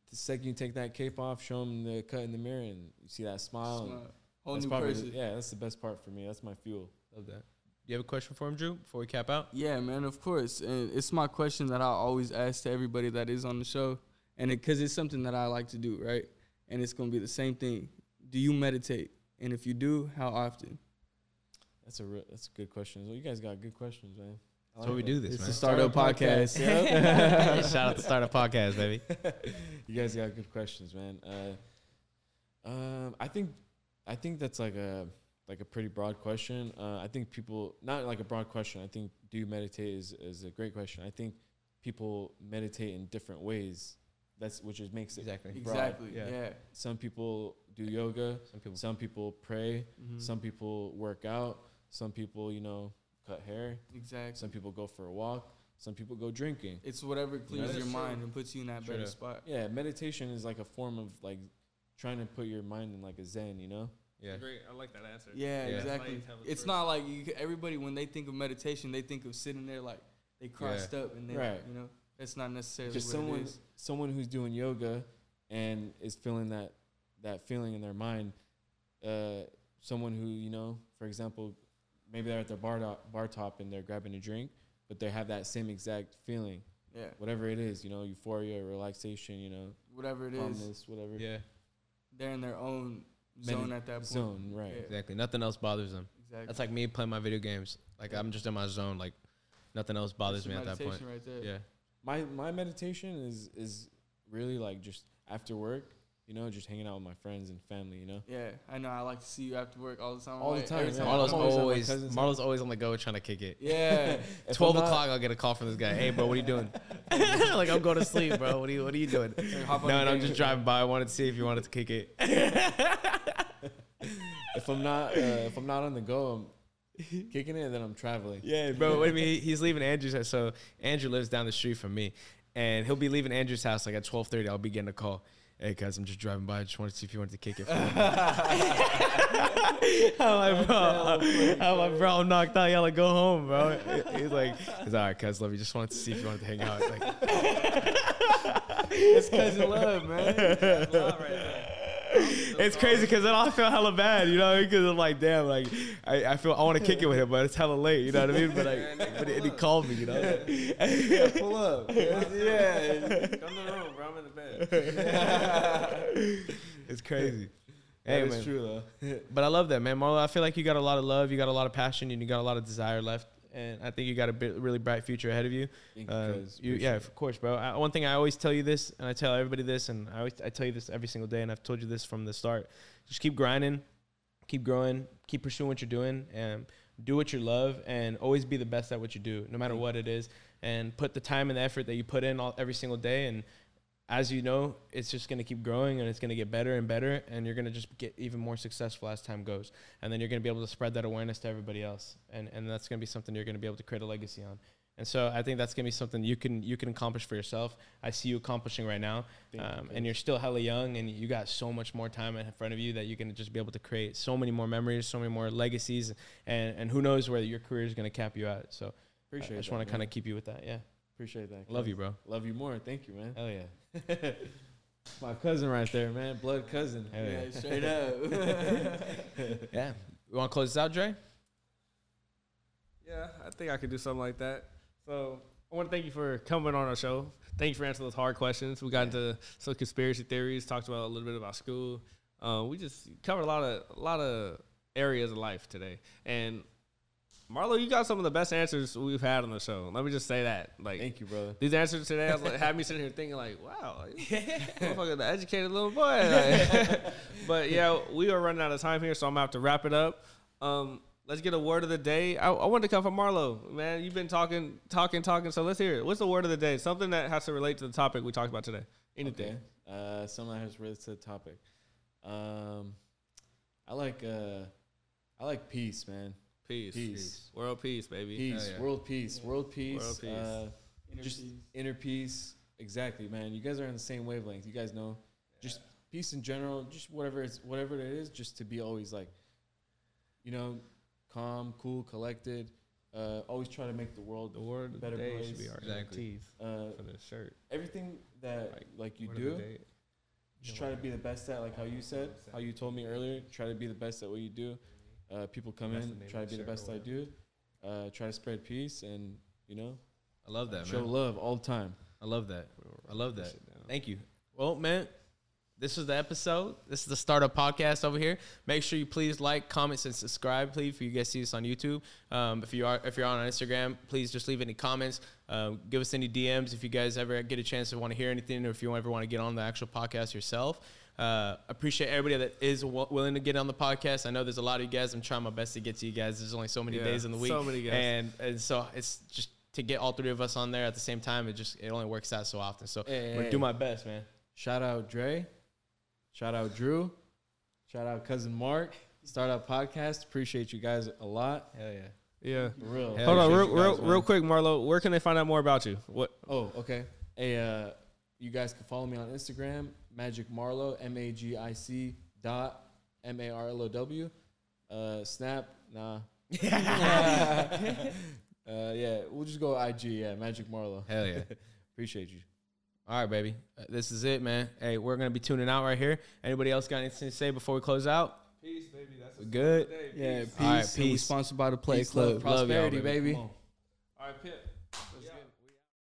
Speaker 2: the second you take that cape off, show them the cut in the mirror, and you see that smile. and
Speaker 5: Smile. Whole
Speaker 2: that's
Speaker 5: new
Speaker 2: probably the-
Speaker 5: person.
Speaker 2: yeah, that's the best part for me. That's my fuel.
Speaker 4: Love that. You have a question for him, Drew, before we cap out?
Speaker 5: Yeah, man, of course. And it's my question that I always ask to everybody that is on the show. And because it's something that I like to do, right? And it's going to be the same thing. Do you meditate? And if you do, how often?
Speaker 2: That's a real, that's a good question. Well, you guys got good questions, man. I
Speaker 4: That's why
Speaker 2: like
Speaker 4: we
Speaker 2: that.
Speaker 4: do this,
Speaker 5: It's
Speaker 4: man.
Speaker 5: the Startup Podcast.
Speaker 4: Shout out to Startup Podcast, baby.
Speaker 2: you guys got good questions, man. Uh, um, I think, I think that's like a like a pretty broad question. Uh, I think people not like a broad question. I think do you meditate is is a great question. I think people meditate in different ways. That's which is makes it.
Speaker 4: Exactly.
Speaker 2: Broad,
Speaker 5: Exactly.
Speaker 4: yeah.
Speaker 5: Yeah.
Speaker 2: Some people do yoga.
Speaker 4: Some people.
Speaker 2: Some people pray.
Speaker 5: Mhm.
Speaker 2: Some people work out. Some people, you know, cut hair.
Speaker 5: Exactly.
Speaker 2: Some people go for a walk. Some people go drinking.
Speaker 5: It's whatever clears
Speaker 2: that's
Speaker 5: your
Speaker 2: true.
Speaker 5: mind and puts you in that
Speaker 4: Straight
Speaker 5: better
Speaker 4: up.
Speaker 5: spot.
Speaker 2: Yeah, meditation is like a form of like trying to put your mind in like a zen, you know?
Speaker 4: Yeah.
Speaker 1: Great. I like that answer.
Speaker 5: Yeah,
Speaker 4: Yeah.
Speaker 5: exactly.
Speaker 1: Like, have a
Speaker 5: It's
Speaker 1: first-
Speaker 5: not like you, everybody, when they think of meditation, they think of sitting there like they crossed up and then,
Speaker 2: Right.
Speaker 5: you know, that's not necessarily
Speaker 2: Just
Speaker 5: what it
Speaker 2: someone
Speaker 5: is.
Speaker 2: someone who's doing yoga and is feeling that that feeling in their mind. Uh, someone who, you know, for example, maybe they're at their bar top, bar top and they're grabbing a drink, but they have that same exact feeling,
Speaker 5: Yeah,
Speaker 2: whatever it is, you know, euphoria, relaxation, you know,
Speaker 5: whatever it is,
Speaker 2: calmness, whatever.
Speaker 4: Yeah.
Speaker 5: they're in their own
Speaker 2: Medi-
Speaker 5: zone at that point.
Speaker 2: Zone, right.
Speaker 5: Yeah.
Speaker 4: Exactly. Nothing else bothers them.
Speaker 5: Exactly.
Speaker 4: That's like me playing my video games. Like I'm just in my zone. Like nothing else bothers me
Speaker 5: That's
Speaker 4: at
Speaker 5: the
Speaker 4: that point.
Speaker 5: meditation Right there.
Speaker 4: Yeah.
Speaker 2: my my meditation is is really like just after work, you know, just hanging out with my friends and family, you know.
Speaker 5: Yeah, I know. I like to see you after work all the time.
Speaker 2: All the
Speaker 5: Like,
Speaker 2: time,
Speaker 5: every
Speaker 2: yeah.
Speaker 5: I'm
Speaker 4: Marlo's
Speaker 2: I'm always
Speaker 5: home-
Speaker 2: at my
Speaker 4: always
Speaker 2: cousin's
Speaker 4: Marlo's always on the go trying to kick it.
Speaker 5: Yeah,
Speaker 2: If
Speaker 4: Twelve
Speaker 2: I'm not-
Speaker 4: o'clock, I'll get a call from this guy. Hey, bro, what are you doing? like I'm going to sleep, bro. What are you What are you doing?
Speaker 5: hop on
Speaker 4: no,
Speaker 5: the
Speaker 4: and I'm
Speaker 5: game.
Speaker 4: just driving by. I wanted to see if you wanted to kick it.
Speaker 2: if I'm not uh, if I'm not on the go, I'm kicking it, and then I'm traveling.
Speaker 4: Yeah, bro. What I mean, he- he's leaving Andrew's house. So Andrew lives down the street from me, and he'll be leaving Andrew's house like at twelve thirty. I'll be getting a call. Hey guys, I'm just driving by. I just wanted to see if you wanted to kick it. For me. I'm like, bro, I'm like, bro, I'm knocked out. Y'all like, go home, bro. He's like, he's all right, cuz, love you. Just wanted to see if you wanted to hang out. Like,
Speaker 5: it's cousin love, man.
Speaker 1: That's a lot right there.
Speaker 3: it's crazy because then I feel hella bad, you know, because I'm like, damn, like I, I feel I want to kick it with him, but it's hella late, you know what I mean? But like, but he- and he called me, you know.
Speaker 2: Pull up. yeah.
Speaker 1: Come to the room, bro. I'm in the bed.
Speaker 3: It's crazy.
Speaker 2: That
Speaker 3: Hey,
Speaker 2: is
Speaker 3: man.
Speaker 2: true though.
Speaker 4: But I love that, man. Marlo, I feel like you got a lot of love, you got a lot of passion, and you got a lot of desire left. And I think you got a bit, really bright future ahead of you. Uh, you yeah, of course, bro. I, one thing I always tell you this, and I tell everybody this, and I always I tell you this every single day, and I've told you this from the start. Just keep grinding, keep growing, keep pursuing what you're doing, and do what you love, and always be the best at what you do, no matter what it is. And put the time and the effort that you put in all, every single day, and as you know, it's just going to keep growing and it's going to get better and better. And you're going to just get even more successful as time goes. And then you're going to be able to spread that awareness to everybody else. And, and that's going to be something you're going to be able to create a legacy on. And so I think that's going to be something you can, you can accomplish for yourself. I see you accomplishing right now. Um, and you're still hella young and you got so much more time in front of you that you're going to just be able to create so many more memories, so many more legacies. And, and who knows where your career is going to cap you at. So
Speaker 2: Appreciate
Speaker 4: I just
Speaker 2: that,
Speaker 4: want
Speaker 2: man.
Speaker 4: to kind of keep you with that. Yeah.
Speaker 2: appreciate that.
Speaker 4: Love
Speaker 2: cuz.
Speaker 4: you, bro.
Speaker 2: Love you more. Thank you, man.
Speaker 4: Hell yeah.
Speaker 2: My cousin right there, man. Blood cousin.
Speaker 4: Hell yeah.
Speaker 5: straight up.
Speaker 4: Yeah. We want to close this out, Dre?
Speaker 1: Yeah, I think I could do something like that. So I want to thank you for coming on our show. Thank you for answering those hard questions. We got into some conspiracy theories, talked about a little bit about school. Uh, we just covered a lot of a lot of areas of life today. And Marlo, you got some of the best answers we've had on the show. Let me just say that. Like,
Speaker 2: Thank you, brother.
Speaker 1: These answers today, I was like, had me sitting here thinking, like, wow, like, motherfucker, the educated little boy. like. but yeah, we are running out of time here, so I'm gonna have to wrap it up. Um, let's get a word of the day. I, I wanted to come from Marlo, man. You've been talking, talking, talking. So let's hear it. What's the word of the day? Something that has to relate to the topic we talked about today. Anything.
Speaker 2: Okay. Uh, something that has related to the topic. Um, I like uh, I like peace, man.
Speaker 1: Peace.
Speaker 2: Peace.
Speaker 1: World peace, baby.
Speaker 2: Peace, world peace, world peace,
Speaker 1: World peace.
Speaker 2: Uh, just inner peace. Exactly, man. You guys are on the same wavelength. You guys know, just peace in general. Just whatever it's whatever it is, just to be always like, you know, calm, cool, collected. Uh, always try to make the world
Speaker 1: The word of
Speaker 2: Better
Speaker 1: the day
Speaker 2: place.
Speaker 1: should be our
Speaker 3: Exactly.
Speaker 1: teeth
Speaker 2: uh,
Speaker 1: for the shirt.
Speaker 2: everything that like,
Speaker 1: Like,
Speaker 2: you
Speaker 1: Word of the
Speaker 2: do.
Speaker 1: day.
Speaker 2: just try to be the best at like how you said how you told me earlier try to be the best at what you do uh, people come
Speaker 1: That's
Speaker 2: in
Speaker 1: the name
Speaker 2: try to
Speaker 1: of
Speaker 2: be
Speaker 1: the
Speaker 2: the
Speaker 1: shirt or
Speaker 2: best i do uh, try to spread peace and you know
Speaker 4: I love that,
Speaker 2: show love all the time
Speaker 4: I love that. I love that. Thank you. Well, man, this is the episode. This is the startup podcast over here. Make sure you please like, comment, and subscribe. Please, if you guys see this on YouTube, um, if you are if you're on Instagram, please just leave any comments. Um, give us any DMs if you guys ever get a chance to want to hear anything, or if you ever want to get on the actual podcast yourself. Uh, appreciate everybody that is w- willing to get on the podcast. I know there's a lot of you guys. I'm trying my best to get to you guys. There's only so many
Speaker 1: Yeah,
Speaker 4: days in the week,
Speaker 1: so many guys.
Speaker 4: and and so it's just to get all three of us on there at the same time. It just it only works out so often. So
Speaker 2: Hey,
Speaker 4: I'm gonna
Speaker 2: hey,
Speaker 4: do
Speaker 2: hey.
Speaker 4: my best, man.
Speaker 2: shout out dre shout out drew shout out cousin mark start out podcast appreciate you guys a lot
Speaker 4: Hell yeah.
Speaker 1: Yeah.
Speaker 2: for real
Speaker 4: Hell
Speaker 1: Hold on, real,
Speaker 4: Appreciate
Speaker 2: you guys,
Speaker 1: real,
Speaker 2: man.
Speaker 1: real quick, Marlo. Where can they find out more about you? What?
Speaker 2: Oh, okay. Hey, uh, you guys can follow me on Instagram, Magic Marlow, M A G I C dot M A R L O W. Uh, Snap, nah. uh, yeah, we'll just go IG. Yeah, Magic Marlow.
Speaker 4: Hell yeah.
Speaker 2: Appreciate you.
Speaker 4: All right, baby. Uh, This is it, man. Hey, we're gonna be tuning out right here. Anybody else got anything to say before we close out?
Speaker 1: Peace, baby. That's
Speaker 4: We good.
Speaker 5: yeah, peace.
Speaker 4: All right,
Speaker 5: And we
Speaker 4: peace.
Speaker 5: sponsored by the Play
Speaker 4: Peace,
Speaker 5: Club.
Speaker 4: love y'all,
Speaker 2: Prosperity,
Speaker 4: baby.
Speaker 2: baby.
Speaker 1: All right, Pip. Let's get it.